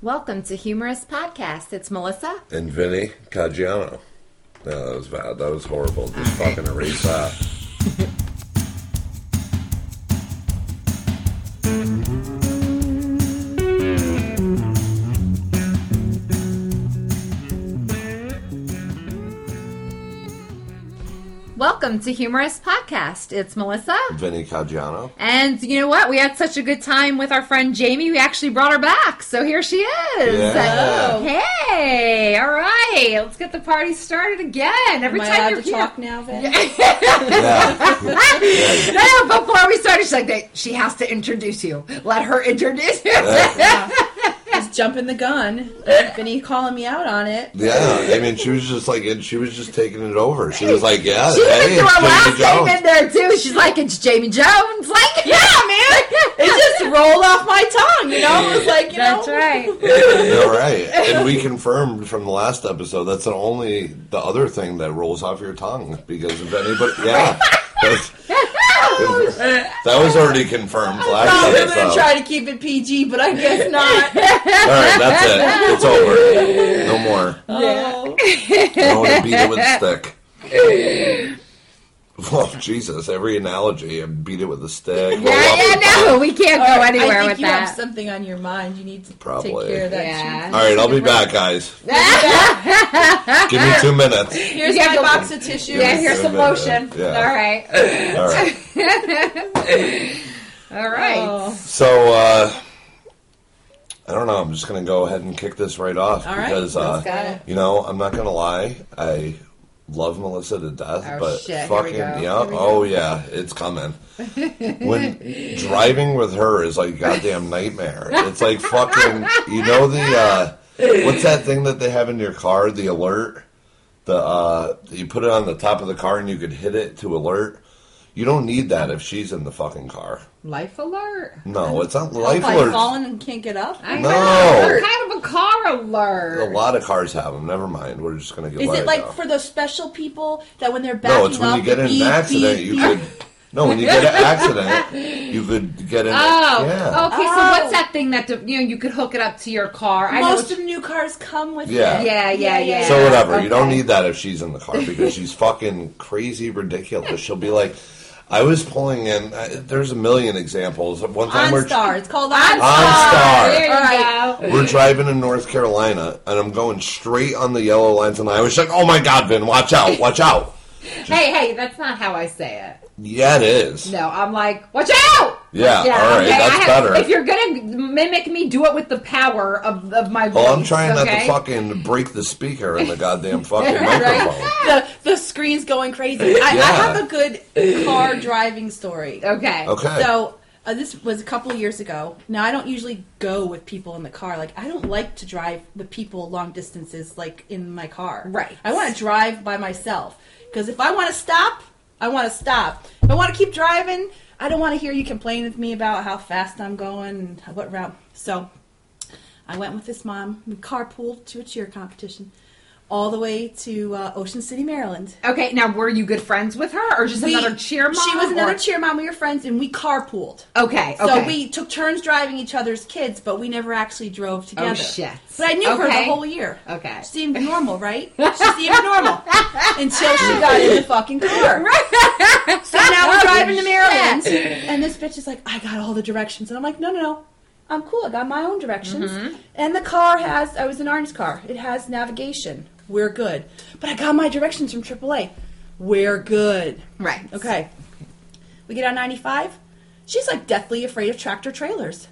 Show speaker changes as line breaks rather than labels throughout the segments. Welcome to Humorous Podcast. It's Melissa.
and Vinny Caggiano. No, that was bad. That was horrible. Just fucking erase that.
Welcome to Humorous Podcast. It's Melissa.
Vinny Caggiano.
And you know what? We had such a good time with our friend Jamie. We actually brought her back. So here she is.
Yeah.
Hey, all right. Let's get the party started again. Every
Am I
time
allowed
you're
to
here.
talk now, Vin?
Yeah.
no, no, before we started, she's like, "They- she has to introduce you. Let her introduce you.
Uh,
Just jumping the gun. Vinny calling me out on it.
yeah. I mean, she was just like, she was just taking it over. She was like, yeah,
She even
hey,
threw her last
it's Jamie
name in
Jones.
there too. She's like, it's Jamie Jones. Like, yeah, man.
It just rolled off my tongue, you know? It was like, you
That's
know.
right.
All right. And we confirmed from the last episode, that's the only, the other thing that rolls off your tongue because of anybody. Yeah. That's- that was already confirmed
I
last
was going
episode.
to try to keep it PG, but I guess not.
All right, that's it. It's over. No more.
Oh.
I want to beat it with a stick. Well, Jesus, every analogy, I beat it with a stick.
Yeah, yeah, no, we can't
All
go
right,
anywhere
I think
with
you
that.
have something on your mind. You need to
Probably.
take care of that.
Yeah.
All right, I'll be back, guys. Give me two minutes.
Here's
You have
my
to-
box of tissues.
yeah, here's some lotion.
Yeah.
All right,
All right.
all right.
Oh.
So, uh, I don't know. I'm just going to go ahead and kick this right off
All right,
because,
let's
go.
uh, you know, I'm not going to lie. I love Melissa to death,
Oh,
but
shit, here we
fucking,
go.
yeah.
Here we
Oh, yeah, it's coming. when driving with her is like goddamn nightmare. It's like fucking. You know the uh, what's that thing that they have in your car? The alert. The uh, you put it on the top of the car and you could hit it to alert. You don't need that if she's in the fucking car.
Life alert.
No, it's not life
Life alert.
alert.
falling and can't get up.
I
No.
know. What kind of a car alert?
A lot of cars have them. Never mind. We're just gonna get.
Is
let
it like
go.
for those special people that when they're backing
No, it's when
up,
you get in
beep,
an accident,
E
beep,
you
beep?
could. No, when you get an accident, you could get in.
Oh,
yeah.
okay. So
Oh.
what's that thing that you know you could hook it up to your car? I know.
Most of the new cars come with
Yeah.
it.
Yeah, yeah, yeah.
So whatever. You don't
Okay.
need that if she's in the car because she's fucking crazy ridiculous. She'll be like, I was pulling in. I, there's a million examples. One time we're
OnStar. It's called
OnStar.
There you
All right.
go.
we're driving in North Carolina and I'm going straight on the yellow lines and I was like, oh my god, Vin, watch out, watch out.
Hey, hey, that's not how I say it.
Yeah, it is.
No, I'm like, watch out.
Yeah, all right,
I
that's
have-
better.
If you're gonna mimic me, do it with the power of, of my voice.
Well, I'm trying not to
okay?
fucking break the speaker in the goddamn fucking microphone.
the the screen's going crazy. I, I
Yeah.
have a good car driving story.
Okay.
Okay.
So uh, this was a couple years ago. Now I don't usually go with people in the car. Like I don't like to drive with people long distances, like in my car.
Right.
I want to drive by myself because if I want to stop, I want to stop. If I want to keep driving, I don't want to hear you complain with me about how fast I'm going and what route. So I went with this mom. We carpooled to a cheer competition. All the way to uh, Ocean City, Maryland.
Okay, now were you good friends with her, or just
We-
another cheer mom?
She was
or-
another cheer mom. We were friends, and we carpooled.
Okay, okay.
So we took turns driving each other's kids, but we never actually drove together.
Oh, shit.
But I knew her
Okay.
the whole year.
Okay.
She seemed normal, right? She seemed normal until she got in the fucking car. So now we're driving to Maryland, and this bitch is like, "I got all the directions," and I'm like, "No, no, no." I'm cool. I got my own directions.
Mm-hmm.
And the car has, I was in Arn's car. It has navigation. We're good. But I got my directions from AAA. We're good.
Right.
Okay. We get on 95. She's like deathly afraid of tractor trailers.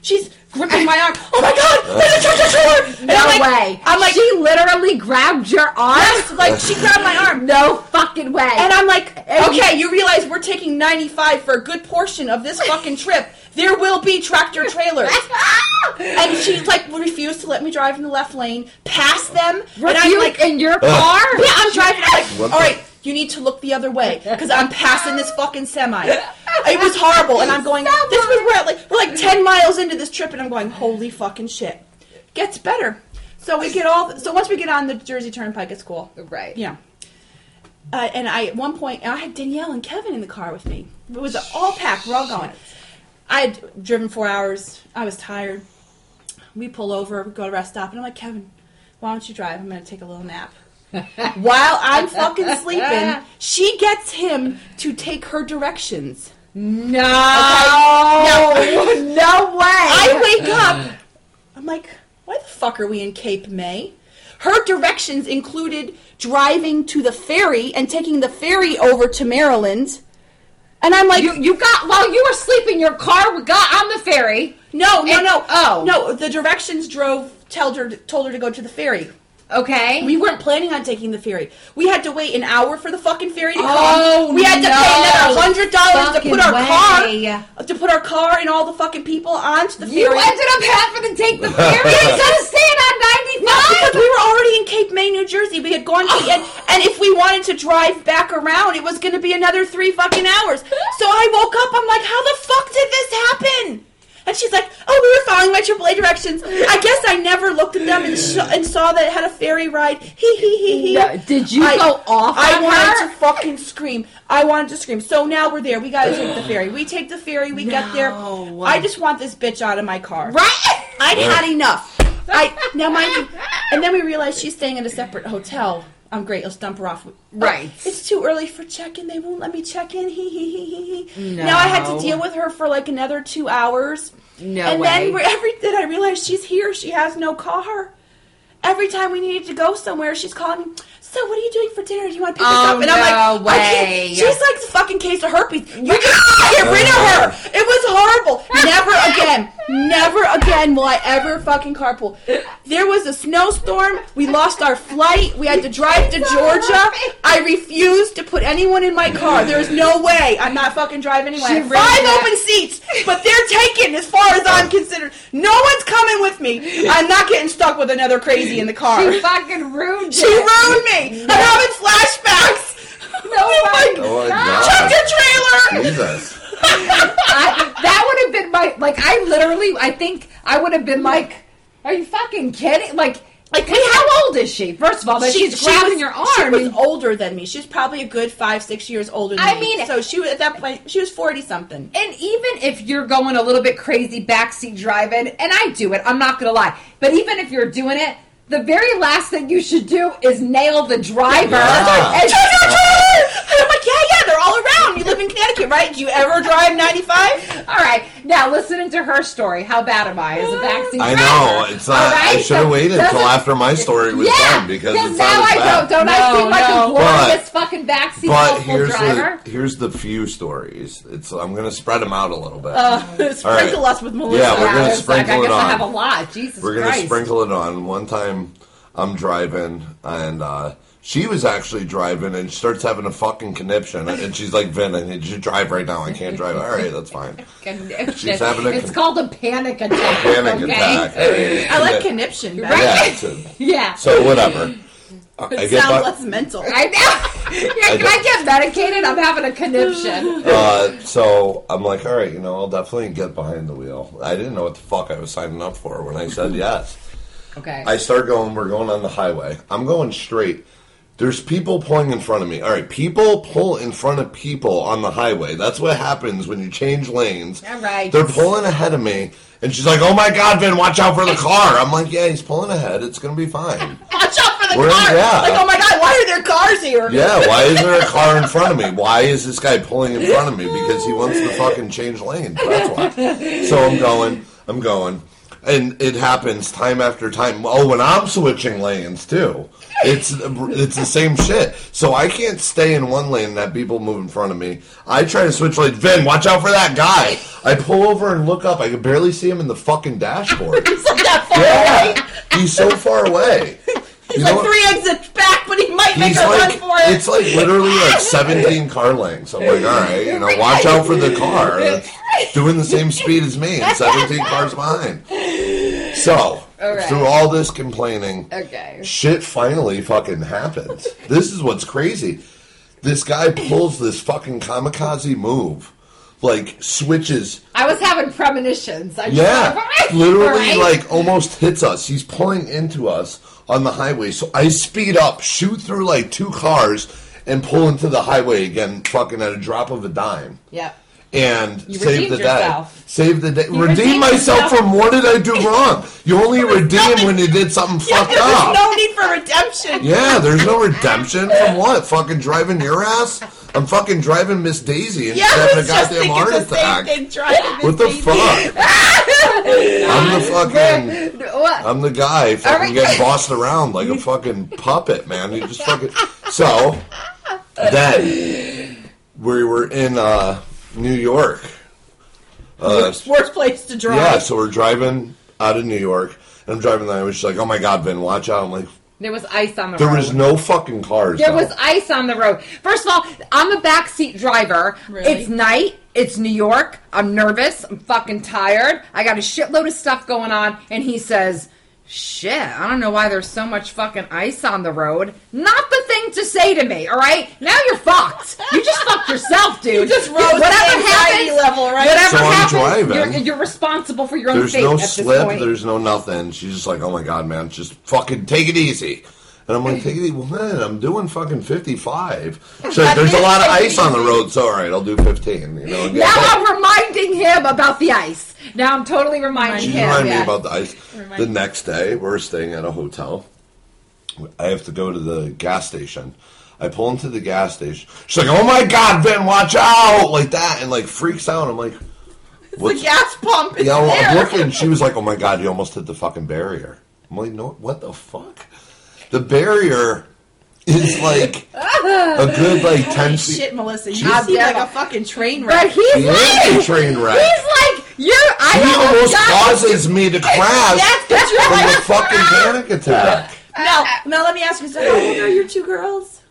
She's gripping my arm. Oh my god, there's a tractor trailer! And
No
I'm like,
way.
I'm like,
she literally grabbed your arm.
yes, like she grabbed my arm.
No fucking way.
And I'm like, okay, you realize we're taking 95 for a good portion of this fucking trip. There will be tractor trailers. "Ah!" And she like refused to let me drive in the left lane, past them. and I'm
you
like,
in your car?
yeah, I'm driving. I'm like,
What the-
all right, you need to look the other way because I'm passing this fucking semi. It was horrible, and I'm going. This was we're at like we're like ten miles into this trip, and I'm going, holy fucking shit. Gets better. So we get all. So once we get on the Jersey Turnpike, it's cool.
Right.
Yeah. Uh, and I at one point I had Danielle and Kevin in the car with me. It was an all pack. We're all going. I had driven four hours. I was tired. We pull over, we go to rest stop, and I'm like, Kevin, why don't you drive? I'm gonna take a little nap. While I'm fucking sleeping, she gets him to take her directions.
No.
Okay.
No. no way.
I wake up. I'm like, why the fuck are we in Cape May? Her directions included driving to the ferry and taking the ferry over to Maryland. And I'm like,
you, you got while you were sleeping, your car got on the ferry.
no, no,
and-
no.
oh.
No, the directions drove, told her, told her to go to the ferry.
Okay.
We weren't planning on taking the ferry. We had to wait an hour for the fucking ferry to come.
Oh,
we had to
no.
pay another hundred dollars to put our
Fucking way.
car to put our car and all the fucking people onto the
you
ferry.
ended up having to take the ferry instead of staying on
No, because
95.
we were already in Cape May, New Jersey. We had gone to the end, and if we wanted to drive back around, it was going to be another three fucking hours. So I woke up. I'm like, how the fuck did this happen? And she's like, oh, we were following my AAA directions. I guess I never looked at them and, sh- and saw that it had a ferry ride. Hee hee hee hee.
No, did you go off
I
on
wanted
her?
to fucking scream. I wanted to scream. So now we're there. We gotta take the ferry. We take the ferry. We get there.
No.
I just want this bitch out of my car.
Right?
I'd had enough. I now mind you, and then we realized she's staying at a separate hotel. I'm great. Let's dump her off.
Right.
It's too early for check-in. They won't let me check in. Hee hee hee hee hee.
No.
Now I had to deal with her for like another two hours.
No
And
way.
then we're- every then I realized she's here. She has no car. Every time we needed to go somewhere, she's calling. So what are you doing for dinner? Do you want to pick us
Oh,
up? And I'm like,
no
I can't.
way.
She's like the fucking case of herpes. You just get rid of her. It was horrible. Never again. Never again will I ever fucking carpool. There was a snowstorm. We lost our flight. We had to drive to Georgia. I refused to put anyone in my car. There is no way I'm not fucking driving
She
anywhere.
really
Five
did.
open seats, but they're taken as far as I'm concerned. No one's coming with me. I'm not getting stuck with another crazy in the car.
She fucking ruined
She
it.
ruined me. I'm having flashbacks. No, like,
Oh my
check
god.
the trailer.
Jesus.
I, that would have been my like. I literally, I think I would have been like, "Are you fucking kidding?" Like, like, wait, how old is she? First of all, that she's
she
grabbing
was-
your arm.
She was
and-
older than me. She's probably a good five, six years older than
I
me.
mean-
so she was at that point. She was forty something.
And even if you're going a little bit crazy backseat driving, and I do it, I'm not gonna lie. But even if you're doing it, the very last thing you should do is nail the driver.
Yeah.
And-
Check the trailer. And I'm like, yeah, yeah, they're all around. You live in Connecticut, right? Do you ever drive ninety five?
all right, now listening to her story, how bad am I as a backseat
I
driver?
know. It's
All
not. I
right,
should have
so
waited until
doesn't-
after my story was done because it's
now
not as
I
bad.
don't. Don't I
No,
seem like
no.
a glorious
But-
fucking backseat
But
helpful
here's
driver?
the here's the few stories. It's I'm gonna spread them out a little bit.
Oh,
Uh, Sprinkle us with Melissa.
Yeah, we're gonna
it's like,
sprinkle
I
it
guess I
on.
have a lot. Jesus
We're gonna
Christ.
sprinkle it on. One time, I'm driving and uh, she was actually driving and she starts having a fucking conniption and she's like, "Vin, I need you to drive right now. I can't drive." All right, that's fine. She's having a
it's
con-
called a panic attack.
Panic
okay?
attack.
I like conniption. better.
Right?
Yeah. it's a-
Yeah.
so whatever. I- I
It
get
sounds
by-
less mental.
I know. Yeah, can I get medicated? I'm having a conniption.
Uh, so I'm like, all right, you know, I'll definitely get behind the wheel. I didn't know what the fuck I was signing up for when I said yes.
Okay.
I start going, we're going on the highway. I'm going straight. There's people pulling in front of me. All right, people pull in front of people on the highway. That's what happens when you change lanes.
All right.
They're pulling ahead of me. And she's like, oh my God, Vin, watch out for the car. I'm like, yeah, he's pulling ahead. It's going to be fine.
Watch out for the
We're-
car.
yeah.
Like, oh my god, why are there cars here?
Yeah, why is there a car in front of me? Why is this guy pulling in front of me? Because he wants to fucking change lanes. That's why. So I'm going, I'm going. And it happens time after time. Oh, when I'm switching lanes too, it's it's the same shit. So I can't stay in one lane and have people move in front of me. I try to switch lanes. Vin, watch out for that guy. I pull over and look up. I can barely see him in the fucking dashboard.
He's like that far away.
Yeah, he's so far away.
He's
You
like
know what-
three exits back, but he might make
He's
a
like,
run for it.
it's like literally like 17 car lengths. I'm like, all right, you know, watch out for the car that's doing the same speed as me and 17 cars behind. So,
All right.
through all this complaining,
okay.
shit finally fucking happens. This is what's crazy. This guy pulls this fucking kamikaze move, like switches.
I was having premonitions. I just
Yeah, literally,
Right?
like almost hits us. He's pulling into us on the highway, so I speed up, shoot through like two cars, and pull into the highway again, fucking at a drop of a dime.
Yep.
and
You
save the
redeemed yourself.
day. Save the day. redeem
redeemed
myself
yourself.
from what did I do wrong? You only redeem when you did something fucked up.
There's no need for redemption.
yeah, there's no redemption from what? Fucking driving your ass? I'm fucking driving Miss Daisy and
Yeah,
she's
I
having a
was just
goddamn
thinking
heart
the same
attack.
thing. Driving
What the
Miss Daisy.
fuck? I'm the fucking.
What?
I'm the guy
Are
fucking
we-
getting bossed around like a fucking puppet, man. You just fucking so then we were in uh, New York. Uh,
Worst, worst place to drive.
yeah, so we're driving out of New York, and I'm driving. And I was just like, "Oh my god, Vin, watch out!" I'm like,
there was ice on the
"There
road.
was no fucking cars."
There
though.
was ice on the road. First of all, I'm a backseat driver.
Really?
It's night. It's New York. I'm nervous. I'm fucking tired. I got a shitload of stuff going on. And he says, Shit, I don't know why there's so much fucking ice on the road. Not the thing to say to me, all right? Now you're fucked. You just fucked yourself, dude.
You just rose
whatever
the anxiety
happens,
level, right?
Whatever
So I'm
happens,
driving.
you're, you're responsible for your own
There's
fate
no
at this
slip.
point.
There's no nothing. She's just like, oh my god, man, just fucking take it easy. And I'm like, take it easy. Well, man, I'm doing fucking 55. She's like, there's a lot of ice on the road. So all right, I'll do 15. You know. and get
now
home.
I'm reminding him about the ice. Now I'm totally reminding
She
him.
reminded
yeah.
me about the ice.
Remind-
The next day, we're staying at a hotel. I have to go to the gas station. I pull into the gas station. She's like, "Oh my god, Ben, watch out!" Like that, and like freaks out. I'm like,
The
"What's
gas pump is
Yeah, well,
there.
I'm looking. She was like, "Oh my god, you almost hit the fucking barrier." I'm like, "No, what the fuck?" The barrier is like a good like ten
Holy
feet.
shit, Melissa, you
Jesus.
seem like a fucking train
But
wreck.
he's
He
like,
is a train wreck.
he's like, you. I
He
don't
almost
know.
causes me to crash
That's that's your
from a
life.
fucking panic attack.
Now, now let me ask you, so how old are your two girls?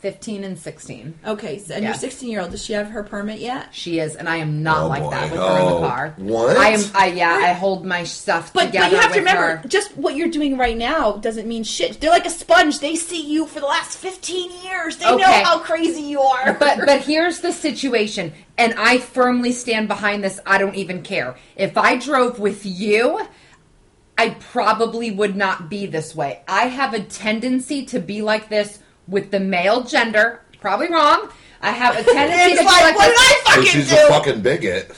Fifteen and sixteen.
Okay, so, and
Yeah.
your 16 year old, does she have her permit yet?
She is, and I am not
Oh,
like that
boy.
with her in
Oh,
the car.
what?
I am, I yeah, I hold my stuff
But,
together.
but you have to
with
remember,
her.
just what you're doing right now doesn't mean shit. They're like a sponge. They see you for the last 15 years. They
Okay.
know how crazy you are.
But but here's the situation, and I firmly stand behind this. I don't even care if I drove with you. I probably would not be this way. I have a tendency to be like this with the male gender. Probably wrong. I have a tendency to
it's
be
like,
like
what
this.
did I
So
fucking
she's
do?
a fucking bigot.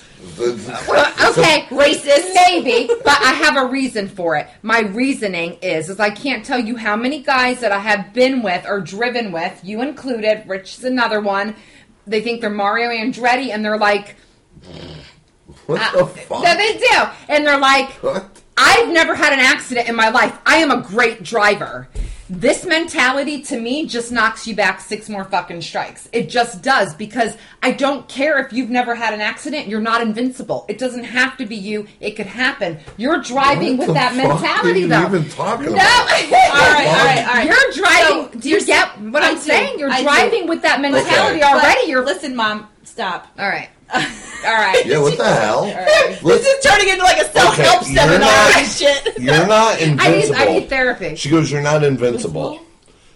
Well, Uh, okay,
Racist.
maybe, but I have a reason for it. My reasoning is is I can't tell you how many guys that I have been with or driven with, you included. Rich is another one. They think they're Mario Andretti, and they're like,
What the fuck?
no, they do, and they're like,
What?
I've never had an accident in my life. I am a great driver. This mentality to me just knocks you back six more fucking strikes. It just does because I don't care if you've never had an accident. You're not invincible. It doesn't have to be you. It could happen. You're driving with
What the
that
fuck
mentality
are you
though.
even talking
no.
about?
all right, all right, all right.
You're driving.
So,
do you
you're
get
saying-
what
I
I'm
do,
saying? You're
I do.
driving with that mentality
Okay.
already.
But-
you're
listen, mom. Stop.
all right. All right.
Yeah, what the hell?
This is turning into like a self help
Okay, you're
seminar
not-
and shit.
You're not
I need
invincible.
I need therapy.
She goes, You're not invincible.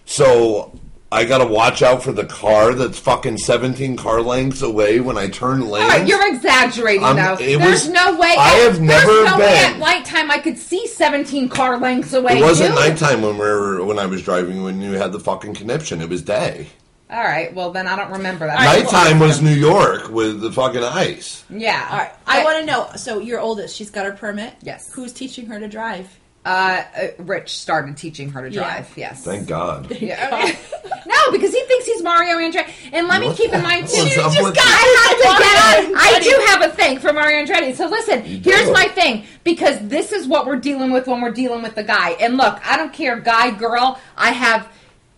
So I gotta watch out for the car that's fucking 17 car lengths away when I turn lanes.
All right, you're exaggerating
I'm-
though.
it
There's
was-
no way.
I have
there's
never
no Way
been-
at nighttime, I could see 17 car lengths away.
it wasn't
dude.
nighttime when we were when I was driving when you had the fucking conniption. It was day.
All right. Well, then I don't remember that.
Nighttime was New York with the fucking ice.
Yeah. Uh,
All right, I want to know. So your oldest, she's got her permit.
Yes.
Who's teaching her to drive?
Uh, uh, Rich started teaching her to
Yeah.
drive. Yes.
Thank God.
Yeah, I mean- no, because he thinks he's Mario Andretti. And let me
What
keep
the
in mind
hell
too.
is up
just
with
got- I have to get on. I
Mario
do have a thing for Mario Andretti. So listen,
do.
here's my thing because this is what we're dealing with when we're dealing with the guy. And look, I don't care, guy, girl. I have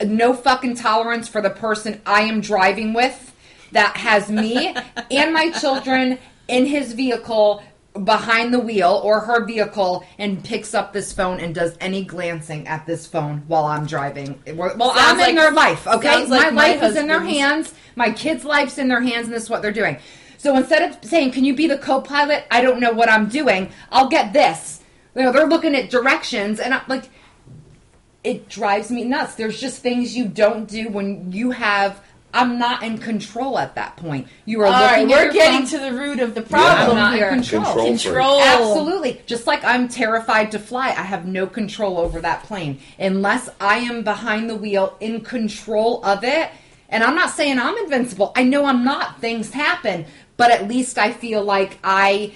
no fucking tolerance for the person I am driving with that has me and my children in his vehicle behind the wheel or her vehicle and picks up this phone and does any glancing at this phone while I'm driving. Well, I'm
Sounds
in
like-
their life, okay?
sounds
My,
like my
life is in their
husband's.
hands. My kids' life's in their hands, and this is what they're doing. So instead of saying, "Can you be the co-pilot?" I don't know what I'm doing. I'll get this. You know, they're looking at directions, and I'm like, it drives me nuts. There's just things you don't do when you have. I'm not in control at that point. You are
All right,
looking. at
we're
your
getting
phone.
to the root of the
Yeah.
I'm
problem
not in
here.
control.
Control.
Control.
Absolutely. Just like I'm terrified to fly, I have no control over that plane unless I am behind the wheel in control of it. And I'm not saying I'm invincible. I know I'm not. Things happen. but at least I feel like I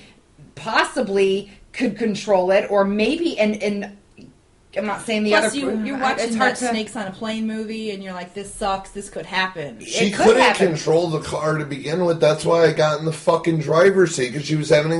possibly could control it, or maybe and and I'm not saying the
Plus,
other.
you, you're
I-
watching
it's
that
hard to-
Snakes on a Plane movie, and you're like, this sucks. This could happen.
She
It could
couldn't
happen.
control the car to begin with. That's why I got in the fucking driver's seat because she was having an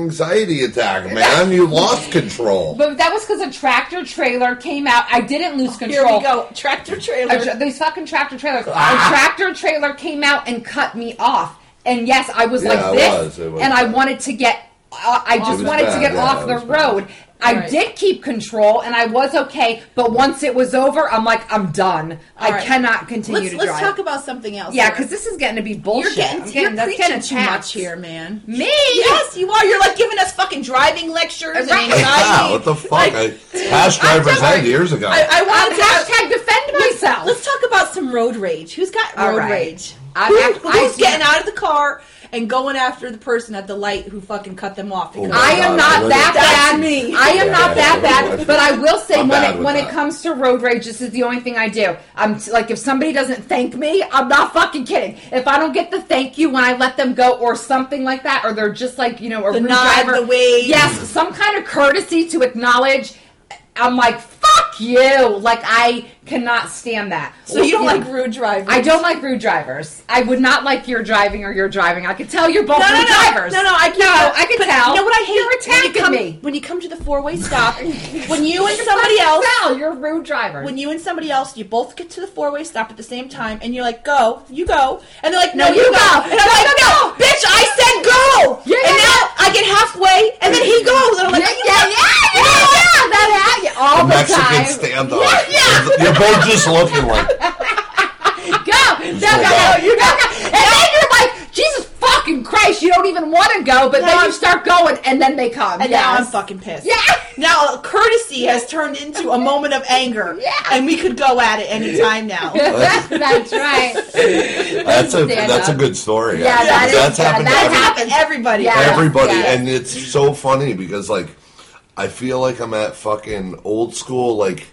anxiety attack. Man, you lost control.
But that was because a tractor trailer came out. I didn't lose control.
Oh, Here we go. Tractor trailer.
A tra- these fucking tractor trailers.
Ah.
A tractor trailer came out and cut me off. And yes, I was
Yeah,
like
it
this,
was. It was
and I
bad.
wanted to get. Uh, I
It
just
was
wanted to
bad.
get
Yeah,
off
it
the
was bad.
road. I
Right.
did keep control, and I was okay. But once it was over, I'm like, I'm done. I
All right.
cannot continue
let's
to
let's
drive.
talk about something else.
yeah,
here.
because this is getting to be bullshit.
you're getting,
I'm
you're
that's
preaching too
attacked.
much here, man.
Me?
Yes, you are. You're like giving us fucking driving lectures and
Right.
anxiety.
Wow, what the fuck?
Like,
I passed driver's
I'm
ed years ago.
I, I
I'm
wanted to
hashtag defend myself.
Let's talk about some road rage. Who's got
All
road
right.
rage?
I'm
Who-
act- I-
who's getting out of the car and going after the person at the light who fucking cut them off? Because-
Oh,
I am
God,
not
really?
that
That's
bad.
me.
I am
Yeah,
not that
that's really
bad,
what-
but I will say
I'm
when
bad
it
with
when it
that.
comes to road rage, this is the only thing I do. I'm t- like, if somebody doesn't thank me, I'm not fucking kidding. If I don't get the thank you when I let them go, or something like that, or they're just like you know a
The
rude
nod,
driver,
the wave.
yes, some kind of courtesy to acknowledge. I'm like, fuck you. Like I cannot stand that.
so you don't
Yeah.
like rude drivers?
I don't like rude drivers. I would not like your driving or your driving. I could tell you're both
No, no,
rude
no,
drivers.
no, no. I can,
no, I could
but
tell.
You know what I hate?
You're
when you
attacking
come,
me.
when you come to the four-way stop. when you and somebody else
Tell you're rude drivers.
when you and somebody else, you both get to the four way stop at the same time, and you're like, "Go, you go," and they're like, "No, you, go. and I'm like, no, bitch, I said go,"
Yeah,
and
yeah,
now I get halfway, and then he goes, and I'm like,
yeah,
"Are you
yeah, yeah, yeah, yeah, that yeah, all
the
the,
Mexican
time.
standoff.
Yeah,
You're both just looking like
go, no, go, go,
Hold on.
you go, go, and then you're like, Jesus fucking Christ, you don't even want to go, but
No.
then you start going, and then they come.
And now I'm
yes.
fucking pissed.
Yeah.
Now courtesy has turned into a moment of anger.
Yeah.
And we could go at it any time now.
That's right.
that's a
Stand
that's a
up.
good story.
Yeah,
actually.
that is-
that's
yeah,
happened. to
that
every-
happened.
Happen everybody.
Yeah.
everybody
Yeah.
and it's so funny because like i feel like i'm at fucking old school like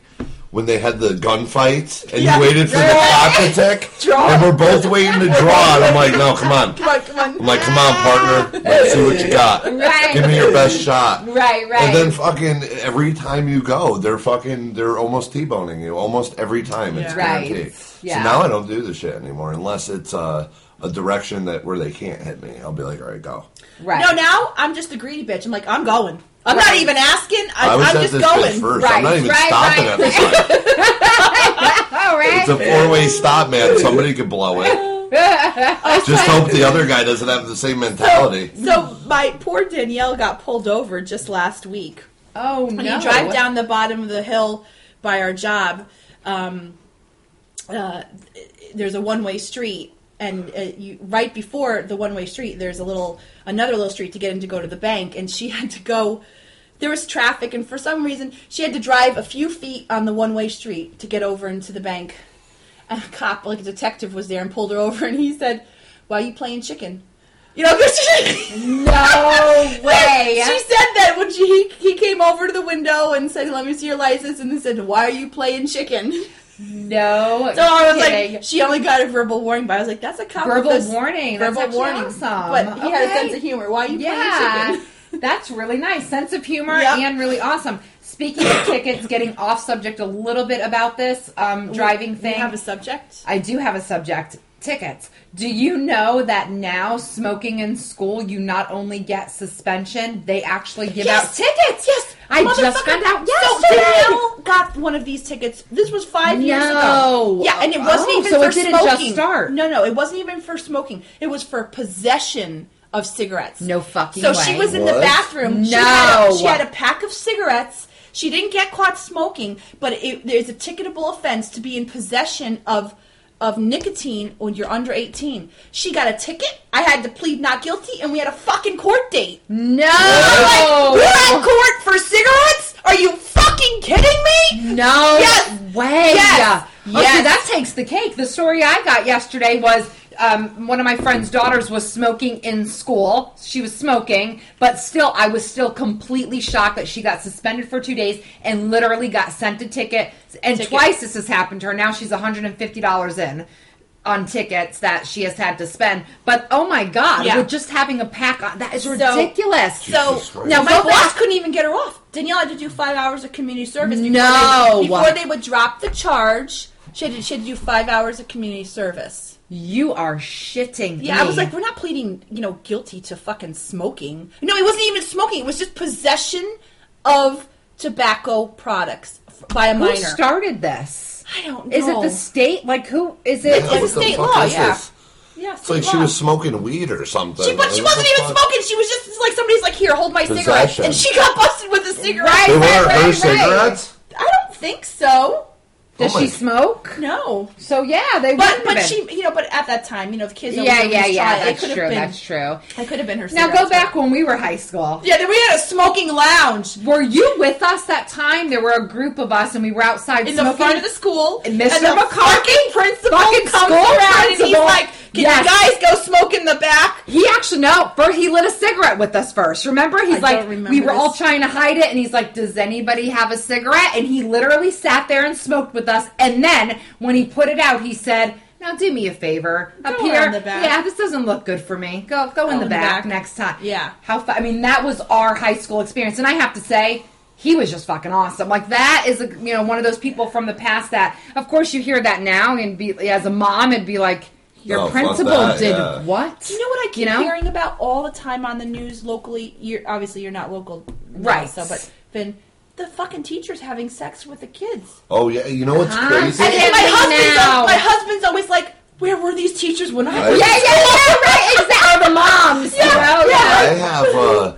when they had the gunfights and
Yeah.
you waited for the
Yeah.
clock to tick
Draw.
and we're both waiting to draw and i'm like no come on
Come on, come on.
i'm like come on partner let's see what you got
Right.
give me your best shot
Right, right.
and then fucking every time you go, they're fucking they're almost t-boning you almost every time. It's
Yeah.
Right.
guaranteed.
Yeah.
So now I don't do this shit anymore unless it's uh, a direction that where they can't hit me. I'll be like, all right, go.
right.
No, now I'm just a greedy bitch. I'm like, I'm going. I'm
Right.
not even asking. I,
I was
I'm
at
just
this
going.
bitch first.
Right,
I'm not even
right,
stopping
right.
at this time.
all
It's a
right.
four-way stop, man. Somebody could blow it. Just hope the other guy doesn't have the same mentality.
So my poor Danielle got pulled over just last week.
Oh
When
no!
you drive down the bottom of the hill by our job, um, uh, there's a one-way street, and uh, you, right before the one-way street, there's a little another little street to get in to go to the bank, and she had to go. There was traffic, and for some reason, she had to drive a few feet on the one-way street to get over into the bank. And a cop, like a detective, was there and pulled her over, and he said, "Why are you playing chicken?" You know, 'cause she-
No way.
she said that when she he, he came over to the window and said, "Let me see your license," and they said, "Why are you playing chicken?"
no.
So I was
kidding.
like, she only got a verbal warning, but I was like, "That's a cop." with
verbal
this-
warning. Verbal
Verbal
That's warning.
warning.
Awesome.
But he had a
Okay.
sense of humor. Why are you playing
Yeah,
chicken?
that's really nice. Sense of humor
Yep.
and really awesome. Speaking of tickets, getting off subject a little bit about this um, driving
We
thing.
have a subject.
I do have a subject. Tickets. Do you know that now smoking in school, you not only get suspension, they actually give out tickets?
Yes,
I just
motherfucker.
found out
So
yesterday.
Danielle got one of these tickets. This was five years
No.
ago. Yeah, and it wasn't
Oh,
even
so
for
it didn't
smoking.
just start.
No, no, it wasn't even for smoking. It was for possession of cigarettes.
No fucking
So she
way.
was in the
What?
bathroom. She had, a,
No.
she had a pack of cigarettes. She didn't get caught smoking, but it, there's a ticketable offense to be in possession of of nicotine when you're under 18. She got a ticket. I had to plead not guilty, and we had a fucking court date.
no.
Like, we're at court for cigarettes? Are you fucking kidding me?
No
Yes.
way.
Yes.
Okay,
Yes.
that takes the cake. The story I got yesterday was um, one of my friend's daughters was smoking in school. She was smoking, but still, I was still completely shocked that she got suspended for two days and literally got sent a ticket. And
Ticket.
twice this has happened to her. Now she's $150 in. on tickets that she has had to spend. But oh my god,
Yeah.
we're just having a pack on that is
So-
ridiculous.
So
Jesus Christ.
now my
Go
boss
back.
couldn't even get her off. Danielle had to do five hours of community service. Before
No.
they, before they would drop the charge, she had to, she had to do five hours of community service.
you are shitting.
Yeah, I was like, we're not pleading, you know, guilty to fucking smoking. No, it wasn't even smoking. It was just possession of tobacco products f- by a
who
minor.
started this?
I don't know.
Is it the state? Like who is it?
Yeah,
like
what
a
the
state
fuck
law,
is
yeah.
this?
Yeah,
It's like she was smoking weed or something.
She, but she
Like, what
wasn't
the
even
fuck?
smoking. She was just like somebody's like, "Here, hold my cigarette,"
Possession.
and she got busted with a cigarette.
They
Right.
were
Right,
her
right,
cigarettes.
I don't think so.
Does
Oh my-
she smoke?
No,
So yeah, they
but
wouldn't have
but
been.
she, you know, but at that time, you know, the kids.
yeah, yeah, yeah.
It
That's
could
true.
have been.
That's true.
It could have been her.
Now
cigarettes,
go back when we were high school.
but- Yeah, then we had a smoking lounge
Were you with us that time? There were a group of us, and we were outside
in the
smoking.
front of the school,
And Mr.
the fucking principal
fucking
comes
school
around and he's
principal.
like, "Can
Yes.
you guys go smoke in the back?"
He actually no. First, he lit a cigarette with us first. Remember, he's
I
like,
don't remember
we were all
this.
trying to hide it, and he's like, "Does anybody have a cigarette?" And he literally sat there and smoked with us. And then when he put it out, he said, "Now do me a favor, up
Go
here.
in the back.
Yeah, this doesn't look good for me. Go, go in, the, back next time.
Yeah.
how? Fu- I mean, that was our high school experience, and I have to say. He was just fucking awesome. Like that is a you know one of those people from the past that of course you hear that now and be as a mom and be like your
Oh, fuck
principal
that,
did
yeah.
what?
You know what I keep
You know?
hearing about all the time on the news locally? You're obviously you're not local, now,
Right.
So, but been the fucking teachers having sex with the kids.
Oh yeah, you know what's
Uh-huh.
Huh?
crazy?
And, and my
Really
husband's
now.
al- my husband's always like, "Where were these teachers when I
Right.
was?"
Yeah, yeah, yeah, right. Exactly. Or the moms. Yeah, you know?
I
yeah.
have a,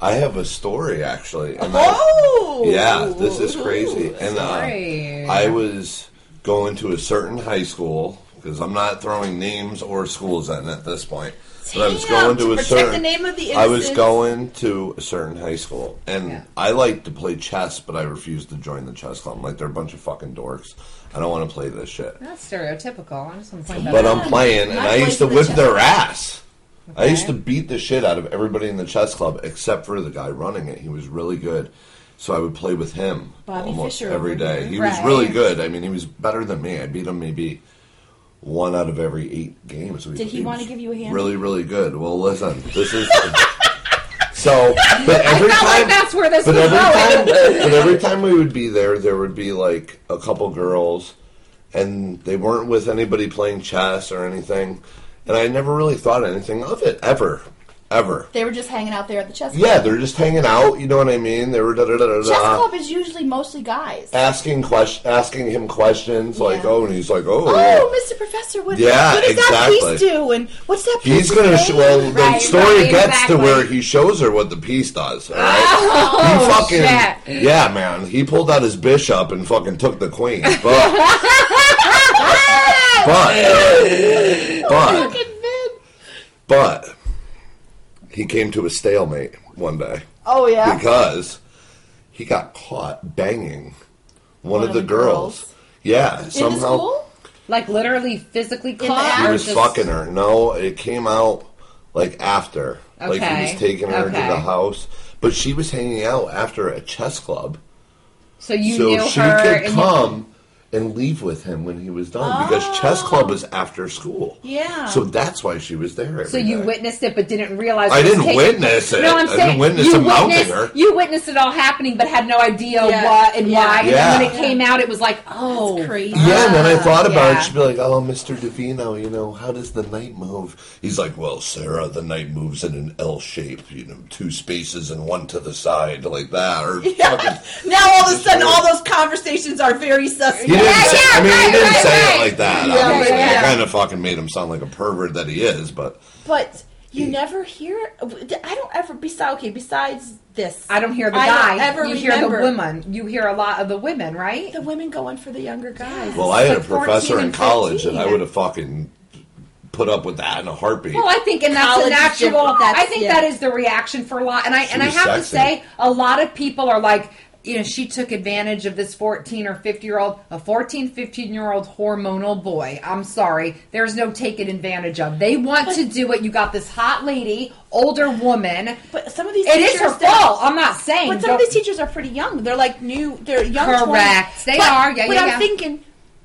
I have a story actually. and I-
Oh,
yeah, this is crazy. And
story.
uh, I was going to a certain high school because I'm not throwing names or schools in at this point. but I was
Damn,
going to,
to
a
protect
certain.
the name of the
I was
innocents.
going to a certain high school, and
Yeah.
I like to play chess, but I refused to join the chess club. I'm like they're a bunch of fucking dorks. I don't want to play this shit.
That's stereotypical. I just want to point that
But uh,
out.
I'm playing, and
My
I used
boys
to
in the
whip
chess
their ass. I used to
Okay.
beat the shit out of everybody in the chess club except for the guy running it. He was really good, so I would play with him
Bobby
almost
Fischer
every
over
day.
there.
He was
Right.
really good. I mean, he was better than me. I beat him maybe one out of every eight games. We
Did he
played.
wanna
was
give you a hand?
Really, really good. Well, listen, this is. So, but
I felt
every time
like that's where this
but
was
every
going.
time, but every time we would be there, there would be like a couple girls, and they weren't with anybody playing chess or anything, and I never really thought anything of it ever, ever.
They were just hanging out there at the chess club.
Yeah, uh-huh. they're just hanging out. You know what I mean? They were da da da da
Chess
da.
club is usually mostly guys.
Asking question, asking him questions like,
Yeah.
oh, and he's like, oh,
Oh, Mr. Professor, what,
Yeah,
what does that
exactly.
piece do? And what's that piece
he's gonna.
say?
Sh- well, the
Right,
story
right,
gets
exactly.
to where he shows her what the piece does. All right?
Oh,
He fucking
shit.
yeah, man. He pulled out his bishop and fucking took the queen. But but but
Fucking men.
but he came to a stalemate one day
Oh yeah.
because he got caught banging one, of, the, girls.
girls.
Yeah,
In the
somehow
school?
Like literally physically
the
caught.
he
or
was
just-
fucking her. No, it came out like after, like he
Okay.
was taking her
Okay.
to the house, but she was hanging out after a chess club.
So you
so
knew
she
her.
could
and
come and leave with him when he was done because chess
Oh.
club was after school.
Yeah.
So that's why she was there. Every
so you
day.
witnessed it, but didn't realize.
I
it was
didn't
taking-
witness it.
No, I'm
I
saying
didn't witness
you
him mounting
witnessed.
her.
You witnessed it all happening, but had no idea
Yeah.
what and
Yeah.
why. And then when
Yeah.
it came out, it was like, oh,
That's crazy.
Yeah, and then I thought about
yeah.
it. She'd be like, "Oh, Mister Divino, you know, how does the knight move?" He's like, "Well, Sarah, the knight moves in an L shape. You know, two spaces and one to the side, like that." Or fucking,
Now all of a sudden, all those conversations are very suspect.
He didn't say,
yeah,
I mean,
right,
he didn't
right,
say
right.
it like that.
Yeah,
obviously,
yeah, yeah.
it kind of fucking made him sound like a pervert that he is. But
But you never hear. I don't ever. Besides, okay, besides this,
I don't hear the
I
guy.
don't ever
you
remember
hear the woman. You hear a lot of the women, right?
The women going for the younger guys.
Well, I had
Like
a
14
professor in
and
college,
15.
and I would have fucking put up with that in a heartbeat.
Well, I think, and that's
College
a
is
natural.
different. That's-
I think
yeah.
that is the reaction for a lot, and I and I
was
have to
sexy.
say, a lot of people are like, you know, she took advantage of this 14 or 50 year old, a 14, 15 year old hormonal boy. I'm sorry, there's no taking advantage of. They want to do it. You got this hot lady, older woman.
But some of these
It
teachers
is her
they're-
fault. I'm not saying.
But some of
don't-
these teachers are pretty young. They're like new. They're young.
Correct.
20.
They
but,
are. Yeah,
But
yeah,
I'm
yeah.
thinking,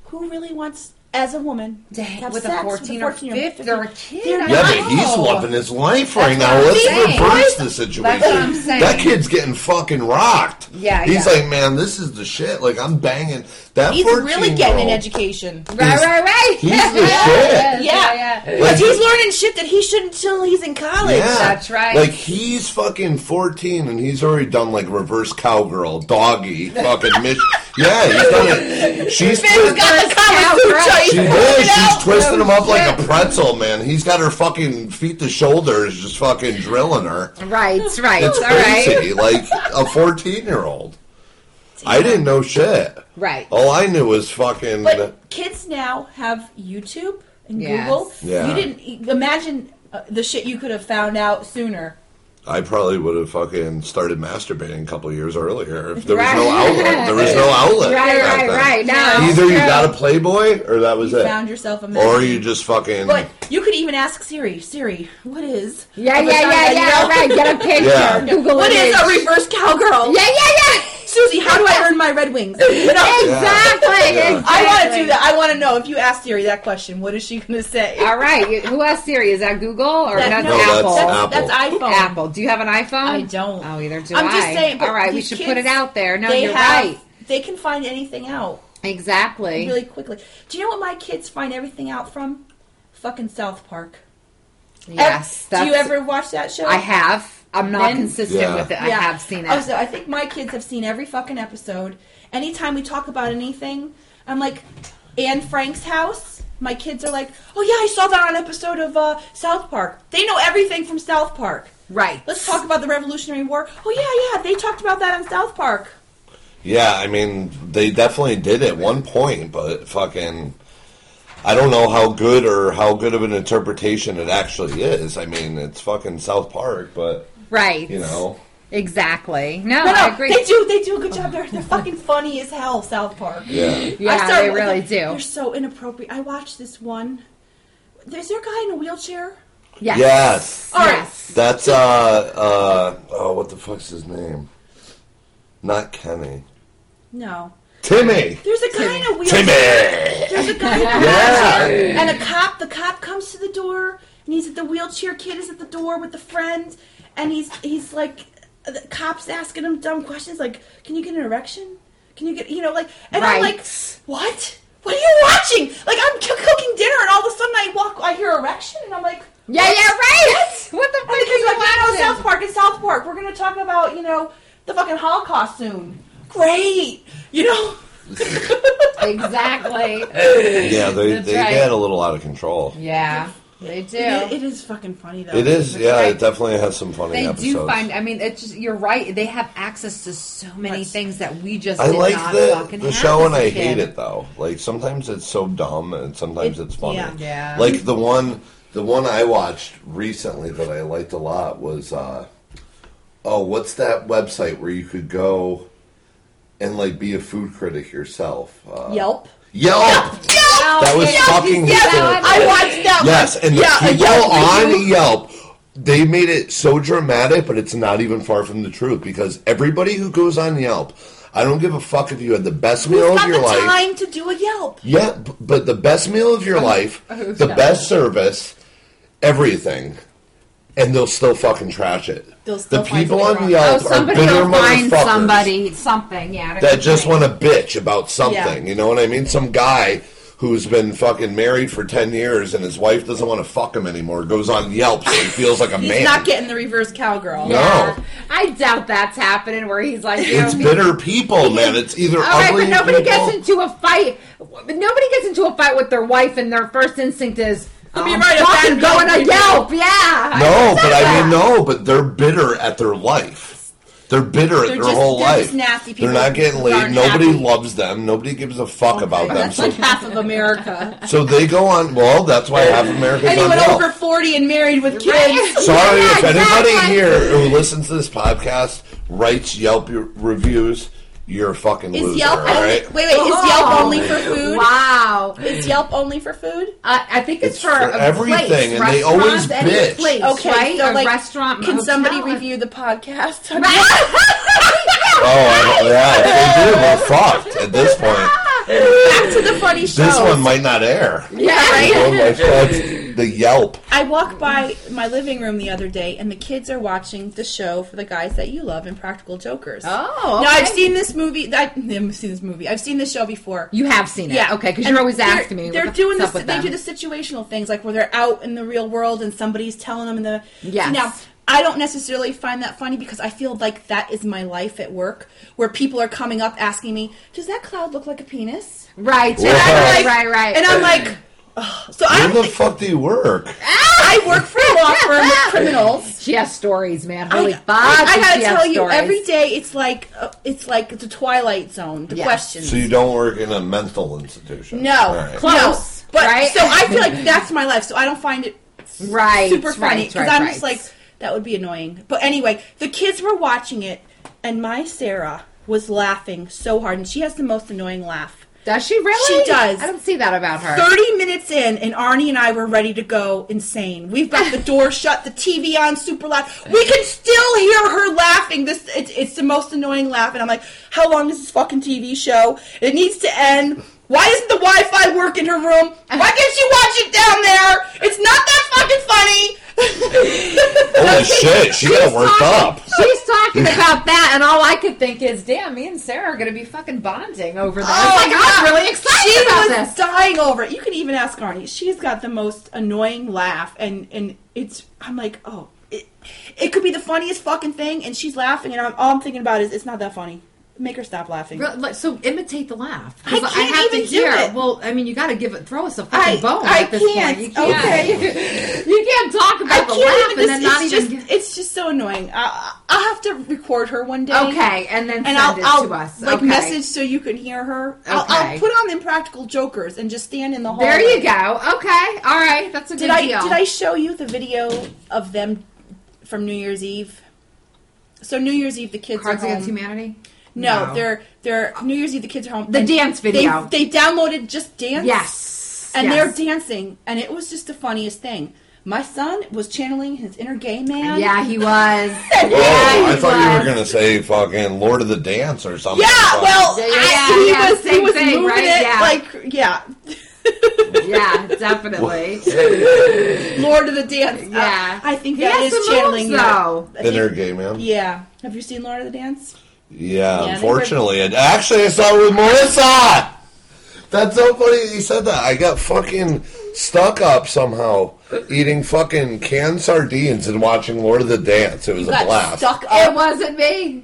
who really wants as a woman
To
to
hang
have
with
sex
a 14 or
14-year-old,
15 or a kid.
They're
I
Yeah,
not-
but he's
know.
loving his life
That's
right now.
what I'm
Let's
saying.
reverse the situation.
That's what I'm saying.
That kid's getting fucking rocked.
Yeah,
he's
yeah.
like, man, this is the shit. Like I'm banging that.
He's really getting
14-year-old.
an education.
Right, right, right.
He's the
Yeah,
shit.
Yeah,
Yeah.
yeah.
Like,
Because he's learning shit that he shouldn't till he's in college.
Yeah.
That's right.
Like he's fucking fourteen and he's already done like reverse cowgirl, doggy, fucking mish. Yeah, he's done it. She's
He's
twisted.
got the
Yeah,
Kama Sutra,
right.
he's
She
working
is.
out.
She's twisting him up like a
shit.
pretzel, man. He's got her fucking feet to shoulders, just fucking drilling her.
Right, right.
It's
All right.
crazy. Like a 14 year old. I didn't know shit.
Right.
All I knew was fucking.
But kids now have YouTube and
Yes.
Google.
Yeah.
You didn't e, imagine uh, the shit you could have found out sooner.
I probably would have fucking started masturbating a couple years earlier if there was
Right.
no outlet. There was no outlet.
Right,
back
right,
then.
right. Now,
Either you got a Playboy or that was
You
it.
found yourself a man.
or you just fucking.
But you could even ask Siri, Siri, what is?
Yeah,
a
yeah, yeah, yeah.
vagina?" You know?
All right. Get a picture.
Yeah.
Google
What
image.
is a reverse cowgirl?
Yeah, yeah, yeah.
Susie, how do I earn my red wings? You know?
Exactly.
Yeah.
I want to
exactly.
do that. I want to know if you ask Siri that question, what is she going to say?
All right. you- Who has Siri? Is that Google or
That-
that's
no,
that's
Apple?
Apple.
That's, that's iPhone.
Apple. Do you have an iPhone?
I don't.
Oh, either do
I'm
I.
just saying. but
All right, we
these
should
kids,
put it out there. No,
they
you're
have-
right.
They can find anything out
Exactly.
really quickly. Do you know what my kids find everything out from? Fucking South Park.
yes.
Ev- Do you
that's-
ever watch that show?
I have. I'm not
Men?
consistent
Yeah.
with it. I
Yeah.
have seen it.
Oh, so I think my kids have seen every fucking episode. Anytime we talk about anything, I'm like, Anne Frank's house. My kids are like, oh yeah, I saw that on an episode of uh, South Park. They know everything from South Park.
right.
Let's talk about the Revolutionary War. Oh yeah, yeah, they talked about that on South Park.
Yeah, I mean, they definitely did at one point, but fucking, I don't know how good or how good of an interpretation it actually is. I mean, it's fucking South Park, but
Right.
you know,
Exactly. No,
No, no,
I agree.
they do. They do a good job. They're, they're fucking funny as hell. South Park.
yeah,
Yeah,
I started-
they really
They're
do.
so inappropriate. I watched this one. There's there a guy in a wheelchair.
Yes.
Yes.
All right.
Yes.
that's uh, uh, oh, what the fuck's his name? Not Kenny,
No.
Timmy,
There's a guy in a wheelchair.
Timmy.
There's a guy in a
Yeah.
wheelchair, and a cop. The cop comes to the door, and he's at the wheelchair. Kid is at the door with a friend, and he's he's like, the cops asking him dumb questions like, "Can you get an erection? Can you get you know like?" And I'm like,
Right.
"What? What are you watching? Like I'm c- cooking dinner, and all of a sudden I walk, I hear erection, and I'm like."
Yeah, yeah, right. What the fuck
And the
are
kid's
you
like, you know,
watching?
South Park is South Park. We're gonna talk about, you know, the fucking Holocaust soon. Great. You know
Exactly.
Yeah, they
That's
they
right.
had a little out of control.
Yeah, they do.
It- it is fucking funny though.
It is, yeah, it definitely has some funny
They
episodes.
do find. I mean, it's just, you're right. They have access to so many
Yes.
things that we just.
I
did
like
not
the
fucking
the
have
show,
as
and
a
I
kid.
hate it though. Like sometimes it's so dumb, and sometimes
It-
it's funny.
yeah.
Yeah.
Like the one the one I watched recently that I liked a lot was uh, oh, what's that website where you could go and like be a food critic yourself? Uh,
Yelp.
Yelp. That was
Yelp,
fucking
yes,
hysterical.
I watched
that
Yes, and the
Yeah, a
people
Yelp
on Yelp, they made it so dramatic, but it's not even far from the truth because everybody who goes on Yelp, I don't give a fuck if you had the best meal of
Got
your
the
life.
time Um, to do a Yelp.
Yeah, b- but the best meal of your life,
uh,
the best service, everything, and they'll still fucking trash it.
They'll still
the
find
people
something
on
wrong.
Oh,
Yelp are
somebody
bitter
will find
motherfuckers
somebody something. Yeah.
that just want to bitch about something.
Yeah.
You know what I mean? Some guy who's been fucking married for ten years and his wife doesn't want to fuck him anymore goes on Yelp so he feels like a
He's
man.
not getting the reverse cowgirl.
No.
I doubt that's happening. Where he's like, you
it's
know,
bitter people, man. It's either
All right,
ugly
but nobody
people.
gets into a fight. Nobody gets into a fight with their wife, and their first instinct is,
Let
"Oh,
me
I'm
write a
fucking
bad
going to
review."
Yelp." Yeah.
no, but I mean no, but they're bitter at their life. They're bitter at
They're
their
just-
whole
they're
life.
just nasty people
They're not getting
who
laid.
aren't
Nobody
happy.
loves them. Nobody gives a fuck about them.
That's like
So,
half of America.
so they go on. Well, that's why half America's on
Anyone
Yelp.
over forty and married with kids.
Sorry
Yeah,
if anybody
exactly.
here who listens to this podcast writes Yelp re- reviews. You're a fucking
Is
loser.
Yelp
all
only,
right?
wait, wait, is Yelp
Oh.
only for food?
Wow.
Is Yelp only for food?
I, I think it's,
It's
for,
for
a
everything,
place,
and they always
restaurants, any
bitch.
Place,
Okay,
right? a
so like,
restaurant.
Can
hotel.
somebody review the podcast?
Oh, I, yeah, if they do. We're fucked at this point.
back to the funny shows.
This one might not air.
Yeah, right?
Oh my god, the Yelp.
I walked by my living room the other day, and the kids are watching the show for the guys that you love, Impractical Jokers.
Oh, okay.
Now I've seen this movie. I, I've seen this movie. I've seen this show before.
You have seen it,
Yeah.
Okay, because
And
you're always
they're-
asking me.
They're
what the
doing
fuck's
this.
up with
They
them.
do the situational things, like where they're out in the real world and somebody's telling them in the.
Yes.
Now I don't necessarily find that funny because I feel like that is my life at work, where people are coming up asking me, "Does that cloud look like a penis?"
right,
And I'm
right,
like-
right, right.
And I'm like, oh. so I
Where
don't
the fuck do you work?
I work for a law firm with criminals.
she has stories, man. Holy
I,
fuck!
I
does
gotta
she have
tell you,
stories.
every day it's like uh, it's like the Twilight Zone. The
Yeah.
questions.
So you don't work in a mental institution?
no,
All right.
Close,
no. But
right?
so I feel like that's my life. So I don't find it
Right,
super
right,
funny because
right,
I'm
right.
just like that would be annoying. But anyway, the kids were watching it, and my Sarah was laughing so hard, and she has the most annoying laugh.
does she really?
She does.
I don't see that about her.
30 minutes in, and Arnie and I were ready to go insane. We've got the door shut, the TV on, super loud. We can still hear her laughing. This it, It's the most annoying laugh. And I'm like, how long is this fucking TV show? It needs to end. Why doesn't the Wi Fi work in her room? Why can't she watch it down there? It's not that fucking funny.
Holy shit, she got worked up.
She's talking about that, and all I could think is, "Damn, me and Sarah are going to be fucking bonding over that."
Oh
It's like,
my
I'm
God.
really excited
she
about this.
was dying over it. You can even ask Arnie. She's got the most annoying laugh, and and it's I'm like, oh, it, it could be the funniest fucking thing, and she's laughing, and I'm, all I'm thinking about is it's not that funny. Make her stop laughing.
Re- like, So imitate the laugh. 'Cause
I can't
have to
even do
hear.
it.
Well, I mean, you got to give it. Throw us a
I-
fucking bone
I
at this
can't.
point. You can't. you can't talk
I
about the laugh
can't even.
and then
this-
not
it's
even.
just
give-
it's just so annoying. I, I'll have to record her one day.
okay, and then
And
send
I'll,
it
I'll
to us.
like
okay.
message so you can hear her. I'll, I'll
Okay.
put on Impractical Jokers and just stand in the hall.
There you go. Okay. All right. That's a
Did
good
I
deal.
did I show you the video of them from New Year's Eve? So New Year's Eve the kids
Cards
are home.
Against Humanity?
No, they're they're New Year's Eve the kids are home.
The
and
dance
they-
video.
They, downloaded just dance.
yes.
And
yes.
they're dancing and it was just the funniest thing. My son was channeling his inner gay man.
Yeah, he was.
Oh, I
he
thought you were
was.
going to say fucking Lord of the Dance or something.
Yeah, well,
Yeah, yeah,
I- he
yeah,
was he
same
was
thing,
moving
right?
it
Yeah.
like yeah.
yeah, definitely.
Lord of the Dance. Uh,
Yeah.
I think
He
that
has
is
some
channeling
moves,
your-
though.
I think-
Inner gay man. Yeah,
Yeah. Have you seen Lord of the Dance? they were-
unfortunately. And actually, I saw it with Melissa. That's so funny that you said that. I got fucking stuck up somehow eating fucking canned sardines and watching Lord of the Dance. It was a
Got
blast.
stuck up.
It wasn't me.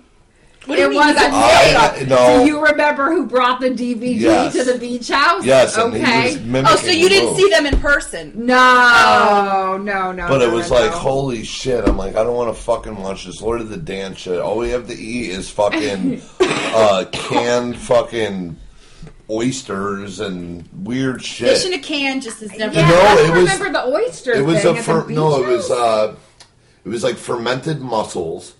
What do you
It
mean you
wasn't
got
me.
stuck
I- no.
Do you remember who brought the DVD
Yes.
to the beach house?
Yes, and he
Okay.
was mimicking
Oh, so you
the
didn't
move.
see them in person?
no,
Oh.
no, no.
But
no,
it was
no,
like,
no.
holy shit! I'm like, I don't want to fucking watch this Lord of the Dance shit. All we have to eat is fucking uh, canned fucking oysters and weird
Fish in
shit.
a can just is never.
Yeah,
No,
I don't
it was-
remember the oyster
It was
thing
a
at the
fer-
beach
no, it was
house.
uh, it was like fermented mussels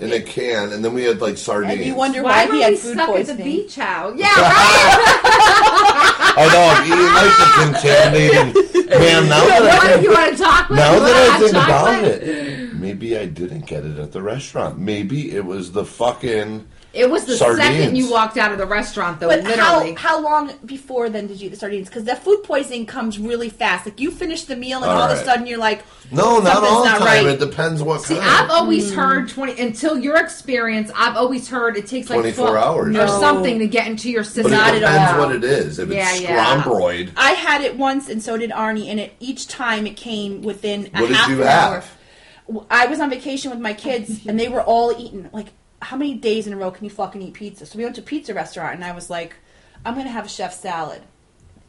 in a can, and then we had like sardines.
And you wonder
Why
why,
were
he
we
had food
stuck at the
poisoning.
beach house? Yeah, right.
I know I'm eating like the contaminated. Man, now that I
what,
think,
you want a chocolate?
now
You want
that I
hot
think about
chocolate?
it, maybe I didn't get it at the restaurant. Maybe it was the fucking.
It was the second
Sardines.
you walked out of the restaurant, though.
But
literally,
how how long before then did you eat the sardines? Because that food poisoning comes really fast. Like you finish the meal and all,
All
of a
right.
sudden you're like,
No, not
Something's
all the
not
time.
right.
It depends what
See, I've
Hmm.
kind.
always heard twenty until your experience. I've always heard it takes like
24
12
hours.
or
No.
something to get into your
but
system.
it
not at
depends
all.
what it is. If
Yeah,
it's
yeah.
scrombroid,
I had it once and so did Arnie, and it each time it came within a
what
half
did you
an hour.
have?
w- I was on vacation with my kids, and they were all eating. Like, how many days in a row can you fucking eat pizza? So we went to a pizza restaurant, and I was like, I'm gonna have a chef salad.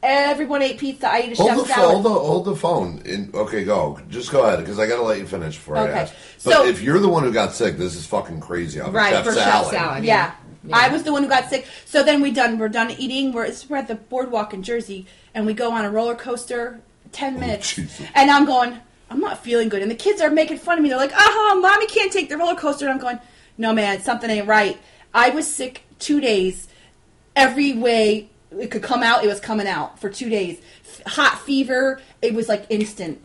Everyone ate pizza. I ate a
Hold the,
chef
phone, hold,
salad.
the, hold the phone. In, okay, go. Just go ahead because I got to let you finish before
Okay.
I ask. But
So-
if you're the one who got sick, this is fucking crazy. I'm
Right,
chef
for chef
salad.
salad.
yeah.
Yeah.
I was the one who got sick. So then we done. We're done eating. We're it's- we're at the boardwalk in Jersey, and we go on a roller coaster. Ten minutes,
Jesus.
and I'm going. I'm not feeling good, and the kids are making fun of me. They're like, "Uh-huh, mommy can't take the roller coaster." And I'm going, "No, man, something ain't right." I was sick two days. Every way it could come out, it was coming out for two days. F- hot fever. It was like instant.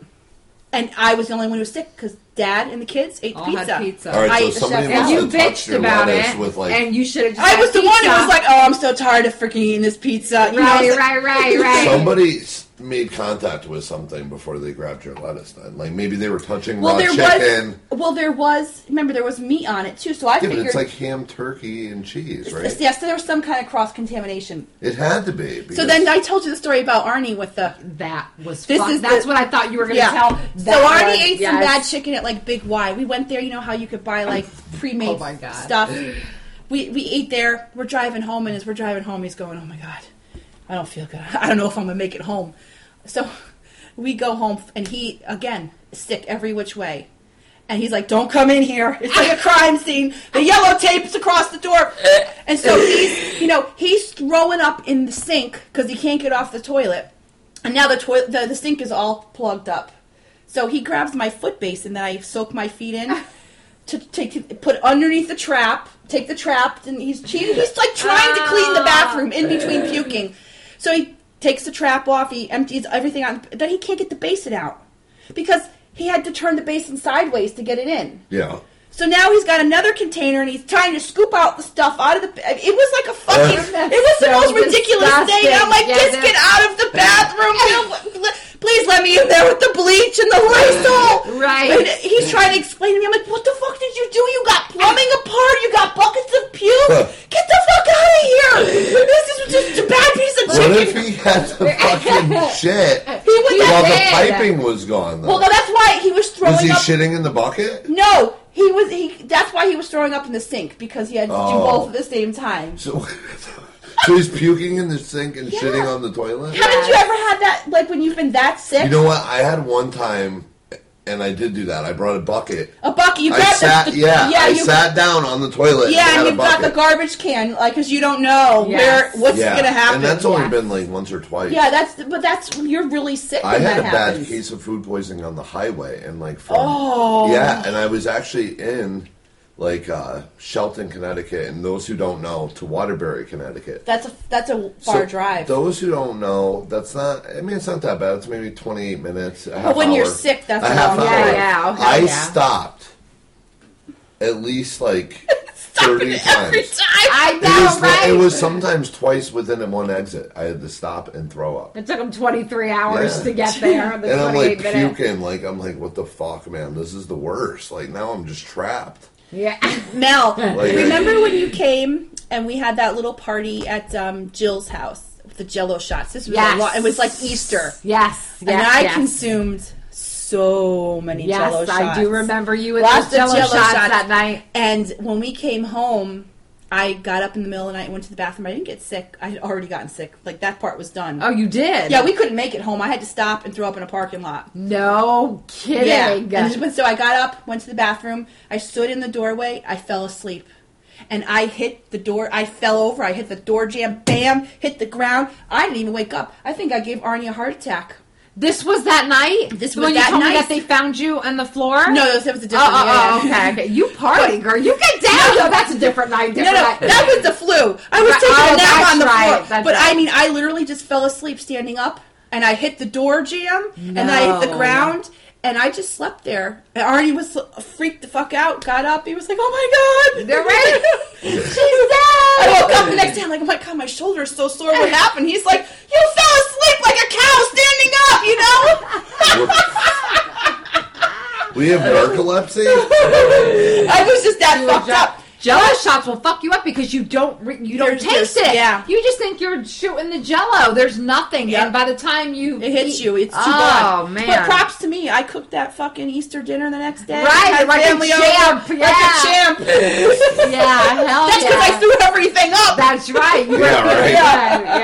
and I was the only one who was sick because Dad and the kids ate
All had
pizza.
pizza.
All right,
I
so
ate the
somebody
chef's
And
must
out.
you
have touched
bitched
your
about
lettuce
it,
with like.
and you should have. just
I
had
was the one who
pizza.
was like, "Oh, I'm so tired of freaking eating this pizza." You know, I was
right,
like,
right, right, right.
Somebody s- made contact with something before they grabbed your lettuce. Then, like maybe they were touching
Well,
raw
there
chicken.
was. Well, there was. Remember, there was meat on it too. So I
yeah, but
figured.
it's like ham, turkey, and cheese, right?
Yes, there was some kind of cross contamination.
It had to be.
So
because-
then I told you the story about Arnie with the
That was
This
fun.
is
That's
the-
what I thought you were going to
yeah.
tell.
So
That
Arnie
was-
ate some
yes.
bad chicken at like Big Y. We went there. You know how you could buy like pre-made
Oh my God.
stuff. We we ate there. We're driving home, and as we're driving home, he's going, "Oh my god, I don't feel good. I don't know if I'm gonna make it home." So we go home, and he again sick every which way. And he's like, "Don't come in here. It's like a crime scene. The yellow tape's across the door." And so he's, you know, he's throwing up in the sink because he can't get off the toilet. And now the toilet, the, the sink is all plugged up. So he grabs my foot basin that I soak my feet in to take put underneath the trap, take the trap, and he's cheating. He's like trying to clean the bathroom in between puking. So he takes the trap off. He empties everything out. Then he can't get the basin out because he had to turn the basin sideways to get it in.
yeah,
So now he's got another container and he's trying to scoop out the stuff out of the. It was like a fucking.
Ugh.
it was the
So
most ridiculous
disgusting.
thing. I'm like,
Yeah,
just
that-
get out of the bathroom. We'll- pl- Please let me in there with the bleach and the Lysol.
Right.
And he's trying to explain to me. I'm like, what the fuck did you do? You got plumbing apart. You got buckets of
Huh.
puke. Get the fuck out of here. This is just a bad piece of
what if
chicken.
he had to fucking shit
He was
while the
dead.
piping was gone? Though?
well, no, that's why he was throwing
was he
up.
shitting in the bucket?
no, he was. He. That's why he was throwing up in the sink because he had to do
Oh.
both at the same time.
So, so he's puking in the sink and
Yeah.
shitting on the toilet.
Haven't you ever had that, like when you've been that sick?
You know what? I had one time, and I did do that. I brought a bucket.
a bucket, you
I
got
sat,
the,
yeah,
yeah,
I
you,
sat down on the toilet. and,
yeah,
had
and
a
you've got the
bucket.
garbage can, like, because you don't know
Yes.
where what's
yeah.
gonna happen.
And that's only
Yeah.
been like once or twice.
yeah, that's but that's you're really sick.
I
when
had a
that happens.
bad case of food poisoning on the highway, and like from
Oh.
yeah, and I was actually in like uh, Shelton, Connecticut, and those who don't know to Waterbury, Connecticut.
That's a that's a far
So,
drive.
Those who don't know, that's not. I mean, it's not that bad. It's maybe twenty eight minutes. A half
when you're
hour.
sick, that's
a
a
half
long
hour.
drive. Yeah, yeah, okay,
I
yeah.
stopped at least like thirty
Every
times.
time.
I
It was,
know, right?
it was sometimes twice within one exit. I had to stop and throw up.
It took him 23 hours
Yeah.
to get there. The
and I'm
28
like
minutes.
puking. Like I'm like, what the fuck, man? This is the worst. Like now I'm just trapped.
Oh, Yeah.
Mel,
Like-
remember when you came and we had that little party at um, Jill's house with the Jello shots? This was
Yes.
a lot. It was like Easter,
Yes. yes
and I
yes.
consumed so many
Yes,
Jello shots.
I do remember you with those
Lots of
jello,
Jell-O
shots,
shots.
that night.
And when we came home, I got up in the middle of the night and went to the bathroom. I didn't get sick. I had already gotten sick. Like that part was done.
Oh, you did?
yeah, we couldn't make it home. I had to stop and throw up in a parking lot.
No
Yeah.
kidding.
And then- so I got up, went to the bathroom. I stood in the doorway. I fell asleep. And I hit the door. I fell over. I hit the door jam. Bam! Hit the ground. I didn't even wake up. I think I gave Arnie a heart attack.
This was that night.
This was
when
that
you told
night.
me that they found you on the floor.
No, that was, that was a
Oh,
different.
oh, oh,
yeah, yeah.
okay, okay. You party, girl. You get down. No, that's a different night.
No, no,
Different night.
that was the flu. I was
Right.
taking
Oh,
a nap
that's
on the
right.
floor.
That's
But I
right.
mean, I literally just fell asleep standing up, and I hit the door jam, and then I hit the
No.
ground, and I just slept there. And Arnie was freaked the fuck out, got up, he was like, "Oh my god,
They're right.
She's I woke up the next day, I'm like, "Oh my god, my shoulder's so sore. What happened?" He's like, "You fell asleep like a cow standing up," you know.
we have narcolepsy.
I was just that
You were
fucked
ju-
up.
Jello shots will fuck you up because you don't re- you don't
There's
taste
just-
it.
yeah.
You just think you're shooting the jello. There's nothing,
Yeah.
and by the time you
It hits
eat-
you. It's too
oh,
bad.
man.
But props to me. I cooked that fucking Easter dinner the next day.
Right,
Had
like a
family over,
champ, yeah.
Like a champ.
yeah, hell
That's because
yeah.
I threw everything up.
That's right. You
Yeah,
were
right.
yeah.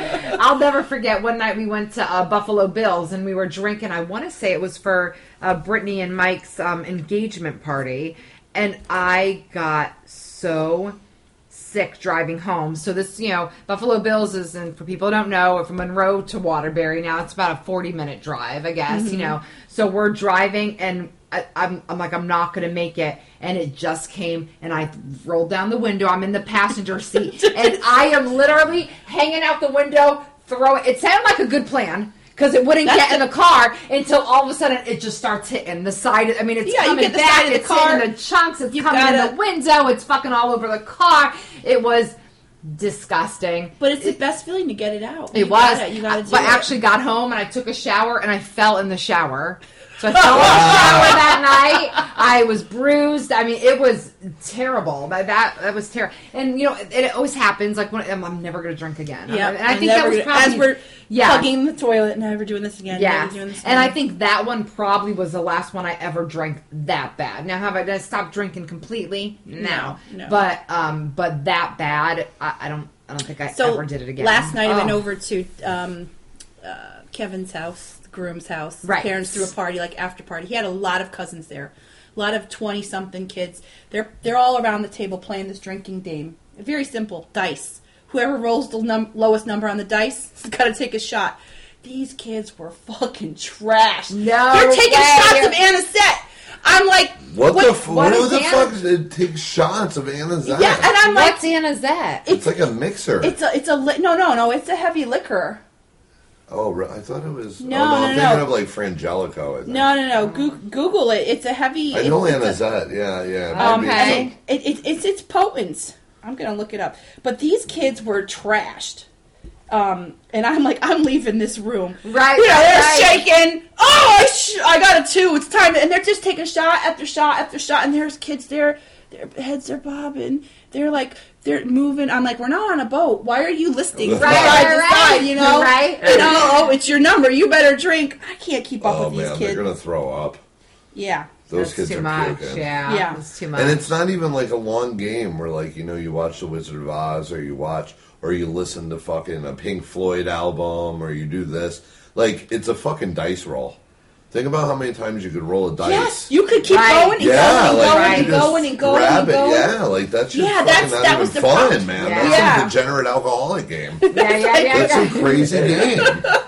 yeah. I'll never forget one night we went to uh, Buffalo Bills and we were drinking. I want to say it was for uh, Brittany and Mike's um, engagement party, and I got so sick driving home. So this, you know, Buffalo Bills is, and for people who don't know, from Monroe to Waterbury now, it's about a 40 minute drive, I guess, you know. So we're driving and I, I'm, I'm like, I'm not going to make it. And it just came and I rolled down the window. I'm in the passenger seat and I am literally hanging out the window, throwing, it sounded like a good plan. because it wouldn't
That's
get in the car until all of a sudden it just starts hitting the side. Of, I mean, it's
Yeah, you
coming
get the
back,
side of the
it's
car.
hitting the chunks, it's
You
coming in
gotta-
the window, it's fucking all over the car. It was disgusting.
But it's the best feeling to get it out.
It
You
was.
gotta- you gotta
I-
do
but
it.
actually got home and I took a shower and I fell in the shower. So I fell in the shower that night. I was bruised. I mean, it was terrible. That that, that was terrible. And you know, it, it always happens. Like when I'm, I'm never going to drink again.
Yeah,
And I
I'm
think
never
that was
gonna-
probably
as we're
Yeah.
plugging the toilet, never doing this again.
yeah.
never doing this
And I
again.
think that one probably was the last one I ever drank that bad. Now have I done stopped drinking completely? No.
No, no.
But um, but that bad, I, I don't. I don't think I
so.
ever did it again.
Last night I went
Oh.
over to um, uh, Kevin's house, the groom's house.
Right.
Parents threw a party, like after party. He had a lot of cousins there, a lot of twenty something kids. They're they're all around the table playing this drinking game. Very simple dice. Whoever rolls the num- lowest number on the dice has got to take a shot. These kids were fucking trash.
No
they're taking
way.
shots of anisette. I'm like,
What, the f-
what
what,
is
the
Anna-
fuck? It takes shots of Anazine.
yeah, and I'm like,
What's Anna's that?
it's like a mixer.
It's a it's a li- no no no. It's a heavy liquor.
oh, right. I thought it was.
No,
oh, no, I'm
no,
thinking
no.
of like Frangelico. I think.
No no no. Goo- Google it. It's a heavy.
I
it's,
know
it's a- Oh,
Anazette. Yeah, yeah. it might
Um,
be
okay.
some-
It, it, it's it's potent. I'm gonna look it up. But these kids were trashed. Um, and I'm like, I'm leaving this room.
Right,
You know, they're
right.
shaking. Oh, I, sh- I got a two. It's time. And they're just taking shot after shot after shot. And there's kids there. Their heads are bobbing. They're like, they're moving. I'm like, we're not on a boat. Why are you listing
Right,
from side to
right,
side? You know,
right.
You know, oh, it's your number. You better drink. I can't keep up
Oh
with these
man,
kids.
they're gonna throw up.
Yeah.
That's
Those kids
too
are
much.
puking.
Yeah,
Yeah.
it's too much.
And it's not even like a long game where like you know you watch The Wizard of Oz or you watch or you listen to fucking a Pink Floyd album or you do this. Like it's a fucking dice roll. Think about how many times you could roll a dice.
Yes, you could keep
Right.
going and
yeah, like
going and going
you
and
just
going and going
grab
and going.
it. Yeah, like that's just
Yeah,
fucking
that's-
not
that
even
was the
fun,
problem.
man.
Yeah.
That's
Yeah.
some degenerate alcoholic game.
yeah, yeah, yeah.
That's
yeah.
a crazy game.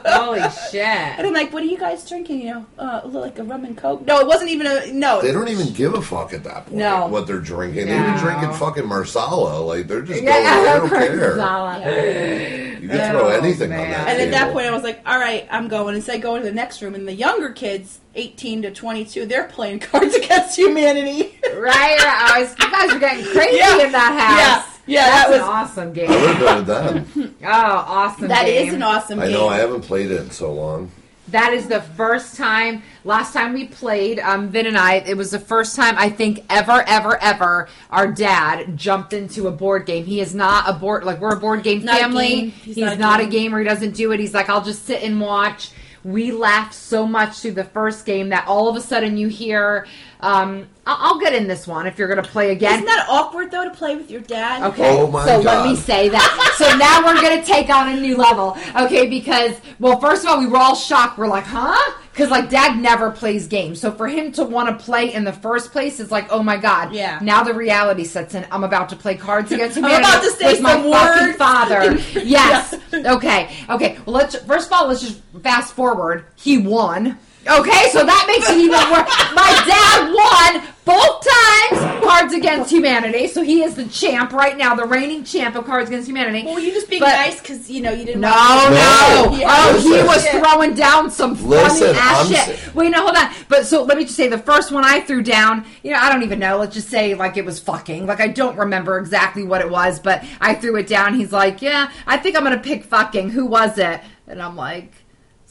Holy
And
shit!
I'm like, what are you guys drinking? You know, uh, a little- like a rum and coke? No, it wasn't even a no.
They don't even give a fuck at that point
No.
what they're drinking. They've
No.
been drinking fucking Marsala. Like they're just going, they don't care.
Yeah,
You can throw
Oh,
anything
man.
on that.
and at
table.
that point, I was like, all right, I'm going. Instead, going to the next room, and the younger kids, 18 to 22, they're playing Cards Against Humanity.
right. right. I was, you guys were getting crazy
Yeah.
in that house.
Yeah. Yeah,
that's
that was-
an awesome
I
game.
would go to them.
Oh, awesome!
That is
game.
an awesome
I
game.
know I haven't played it in so long.
That is the first time. Last time we played, um, Vin and I, it was the first time I think ever, ever, ever our dad jumped into a board game. He is not a board like we're a board game
Not a
family.
game.
He's, not, a, gamer. He doesn't do it. He's like, I'll just sit and watch. We laughed so much through the first game that all of a sudden you hear, um, I- I'll get in this one if you're going to play again.
Isn't that awkward though to play with your dad?
Okay.
Oh my
so let
God.
me say that. So now we're gonna take on a new level, okay? Because well, first of all, we were all shocked. We're like, huh? Because like Dad never plays games, so for him to want to play in the first place is like, oh my God.
Yeah.
Now the reality sets in. I'm about to play Cards Against Humanity
about to say
with my
some
fucking
words.
father. Yes. Okay. Okay. Well, let's first of all let's just fast forward. He won. Okay, so that makes it even worse. My dad won both times Cards Against Humanity, so he is the champ right now, the reigning champ of Cards Against Humanity.
Well, you just being
But-
nice because you know you didn't.
No,
want to-
no.
No.
Oh, he
Listen.
was throwing down some
Listen,
funny ass
I'm
shit.
s-
Wait, no, hold on. But so let me just say the first one I threw down, you know, I don't even know. Let's just say like it was fucking. Like I don't remember exactly what it was, but I threw it down. He's like, yeah, I think I'm going to pick fucking. Who was it? And I'm like,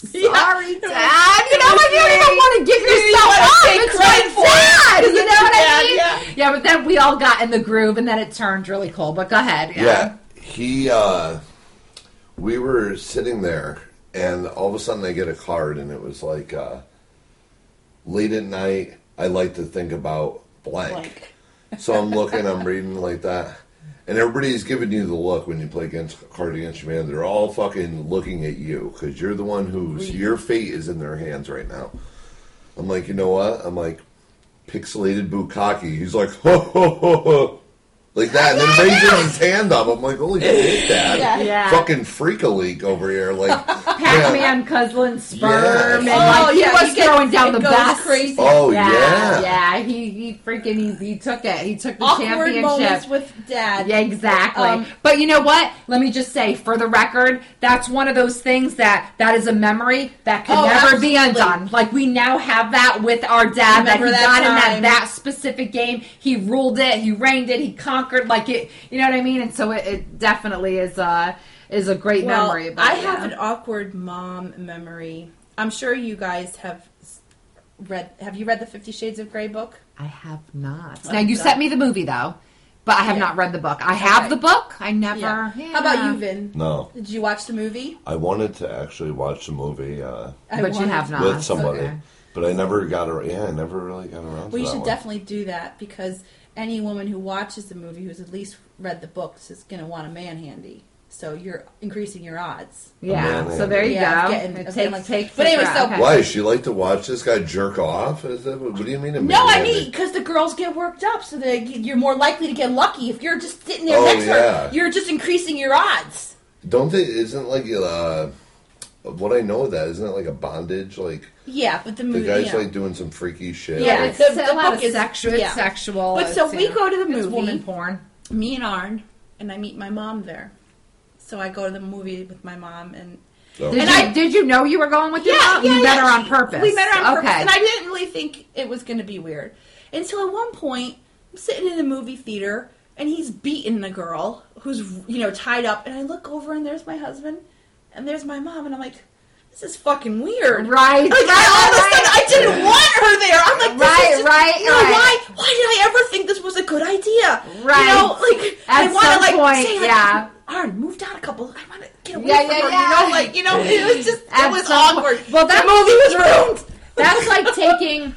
Oh, sorry, dad. You know, like you don't even want to give yourself
wanna
up.
take
It's
credit
my
for
dad.
it.
You know what I
Yeah,
mean?
yeah.
Yeah, but then we all got in the groove and then it turned really cool. But go ahead.
Yeah, he. uh We were sitting there, and all of a sudden, I get a card, and it was like uh late at night. I like to think about blank.
Blank.
So I'm looking, I'm reading like that, and everybody's giving you the look when you play against card against your man. They're all fucking looking at you because you're the one who's your fate is in their hands right now. I'm like, you know what? I'm like, pixelated bukkake. He's like, ho ho ho ho. Like that, and then raises his hand up. I'm like, holy shit, Dad! Fucking freak a leak over here. Like,
Pac
man.
Man cuddling sperm, and
Yes.
like,
Oh,
he
yeah,
was
he gets-
throwing down
it
the
goes
best.
crazy.
Oh yeah,
yeah, yeah, He he freaking he, he took it. He took the
Awkward moments
championship.
with dad.
Yeah, exactly.
Um,
but you know what? Let me just say, for the record, that's one of those things that that is a memory that can
Oh,
never be
absolutely.
undone. Like we now have that with our dad that he
Remember that
got in that
time.
that specific game. He ruled it. He reigned it. He conquered. Like it. You know what I mean? And so it, it definitely is a is a great
Well,
memory. But,
I
yeah.
have an awkward mom memory. I'm sure you guys have s- read. Have you read the Fifty Shades of Grey book?
I have not.
Oh,
now you
God.
sent me the movie though, but I have
Yeah.
not read the book. I have
Okay.
the book. I never.
How about you,
Yeah.
Vin?
No,
Did you watch the movie?
I wanted to actually watch the movie uh,
I
But you
wanted
have
to.
not.
with
it's
somebody,
okay.
but I never got around. Yeah, I never really got around. to
Well, you
that
should
one.
definitely do that because any woman who watches the movie who's at least read the books is going to want a man handy. So you're increasing your odds.
Yeah.
Amanda.
So there you go.
Yeah, of getting-
It
of
takes-
getting like-
takes
But
the
anyway,
crowd.
so-
Okay.
Why does she like to watch this guy jerk off? Is that what, what do you mean?
No, I
Amanda?
mean because the girls get worked up, so they, you're more likely to get lucky. If you're just sitting there
Oh,
next to her,
yeah.
you're just increasing your odds.
Don't they? Isn't like uh, what I know of that isn't it like a bondage? Like
Yeah, but the
the
movie.
guy's
Mm, yeah.
like doing some freaky shit.
Yeah,
Like,
It's
The-
a
the
lot
book
of
is-
sexual. It's
yeah.
sexual.
But so
it's,
we
yeah.
go to the
It's
movie.
woman porn.
me and Arn, and I meet my mom there. So I go to the movie with my mom, and
so-
Did,
And
you,
I-
did you know you were going with your mom? you met her on purpose.
We met her on purpose,
Okay.
and I didn't really think it was going to be weird until at one point I'm sitting in the movie theater, and he's beating a girl who's you know tied up, and I look over, and there's my husband, and there's my mom, and I'm like, this is fucking weird.
Right.
Like, I, all of a sudden,
right,
I didn't want her there. I'm like, this
Right,
is just-
right,
you know,
right.
Why? Why did I ever think this was a good idea?
Right.
You know, like
At
I want to
some
like
point,
say, like,
yeah.
Arn, move down a couple. I want to get away
Yeah,
from
yeah,
her.
yeah.
You know, like you know, it was just
At
it was
some point-
awkward.
Well, that-
the movie was ruined.
That's like taking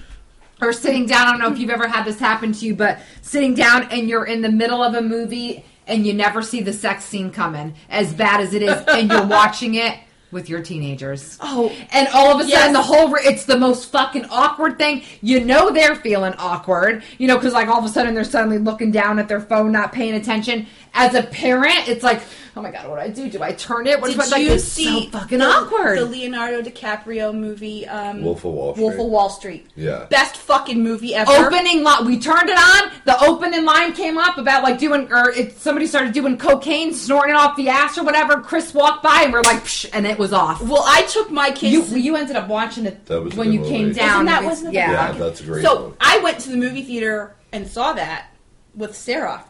or sitting down. I don't know if you've ever had this happen to you, but sitting down and you're in the middle of a movie and you never see the sex scene coming, as bad as it is, and you're watching it with your teenagers.
Oh.
and all of a sudden
Yes.
the whole re- it's the most fucking awkward thing. You know they're feeling awkward, you know, because like all of a sudden they're suddenly looking down at their phone, not paying attention. As a parent, it's like, oh my god, what do I do? Do I turn it? What
Did
do I like,
you
it's
see
so fucking
the,
awkward?
The Leonardo DiCaprio movie, um,
Wolf of Wall
Wolf
Street.
of Wall Street.
Yeah.
Best fucking movie ever.
opening line. We turned it on. The opening line came up about like doing, or it, somebody started doing cocaine, snorting it off the ass or whatever. Chris walked by and we're like, Psh, and it was off.
Well, I took my kids.
You you ended up watching it
That was a
when
good
you came
movie.
down.
Wasn't that-
It was-
wasn't that
yeah,
yeah.
that's a great.
so
one.
I went to the movie theater and saw that with Sarah.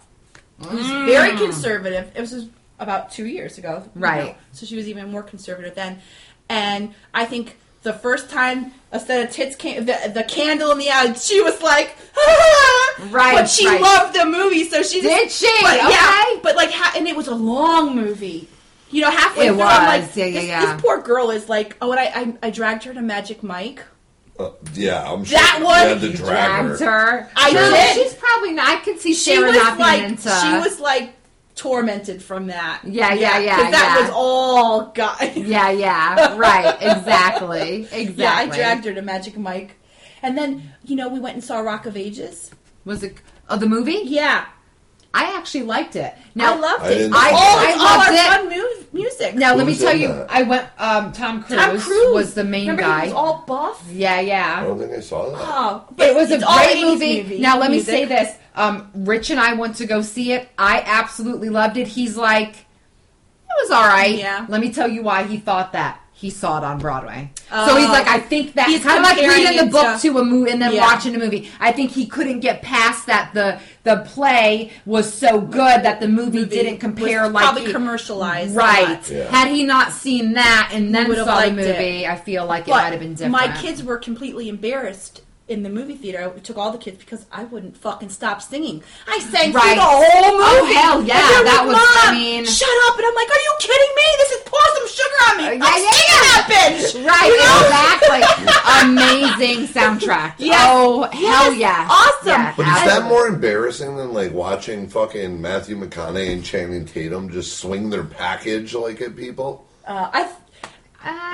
Who's very conservative. It was just about two years ago, you
Mm. Right.
know, so she was even more conservative then. And I think the first time a set of tits came, the, the candle in the eye, she was like,
Right,
But she
right.
loved the movie, so she just-
Did she?
But,
Okay.
Yeah, but like, ha- and it was a long movie. You know, halfway
It
through, I'm
was.
like,
Yeah, yeah,
this,
yeah.
this poor girl is like, oh, and I, I, I dragged her to Magic Mike.
Uh, yeah, I'm sure
That
you
one-
had to
You
drag her.
Dragged her.
I
No,
did.
She's probably not. I can see
she
Sharon not being
was like
into.
she was like tormented from that.
uh, Yeah, yeah, yeah,
'cause that
yeah.
was all God.
Yeah,
Yeah,
yeah, right, exactly, exactly.
I dragged her to Magic Mike, and then you know we went and saw Rock of Ages.
Was it? Oh, the movie?
Yeah,
I actually liked it.
I loved
I
it.
didn't-
I, all,
I
it's all
loved
our
it.
fun mu- music.
Now let
Who
me
was
tell
in
you,
that?
I went. Um, Tom Cruise,
Tom Cruise
was the main
Remember
guy.
He was all buff.
yeah, yeah.
I don't think I saw that.
Oh, but
it was a
it's all
great
80s
movie. Now let
music.
me say this: um, Rich and I went to go see it. I absolutely loved it. He's like, it was all right.
Yeah.
Let me tell you why he thought that. He saw it on Broadway, so he's
Oh.
like, I think that
He's
kind of like
comparing
reading the
it
book
to-
to a movie and then
Yeah.
watching a movie. I think he couldn't get past that the the play was so good that the movie,
Movie
didn't compare
was
like
probably
he-
commercialized a
right.
lot.
Yeah.
Had he not seen that and then
would've
saw the
liked it.
movie, I feel like it
But
might have been different.
My kids were completely embarrassed in the movie theater. I took all the kids because I wouldn't fucking stop singing. I sang through
Right.
the whole movie.
Oh, hell
And
yeah,
they're
that
like,
was- I
"Mom,
mean-
shut up! And I'm like, are you kidding me? This is pour some sugar on me.
Uh, yeah, yeah,
I'm singing that bitch.
Right,
You know?
exactly. Amazing soundtrack.
Yes.
Oh, hell
Yes.
yeah.
Awesome.
Yeah,
But is that
absolutely.
more embarrassing than like watching fucking Matthew McConaughey and Channing Tatum just swing their package like at people?
Uh, I.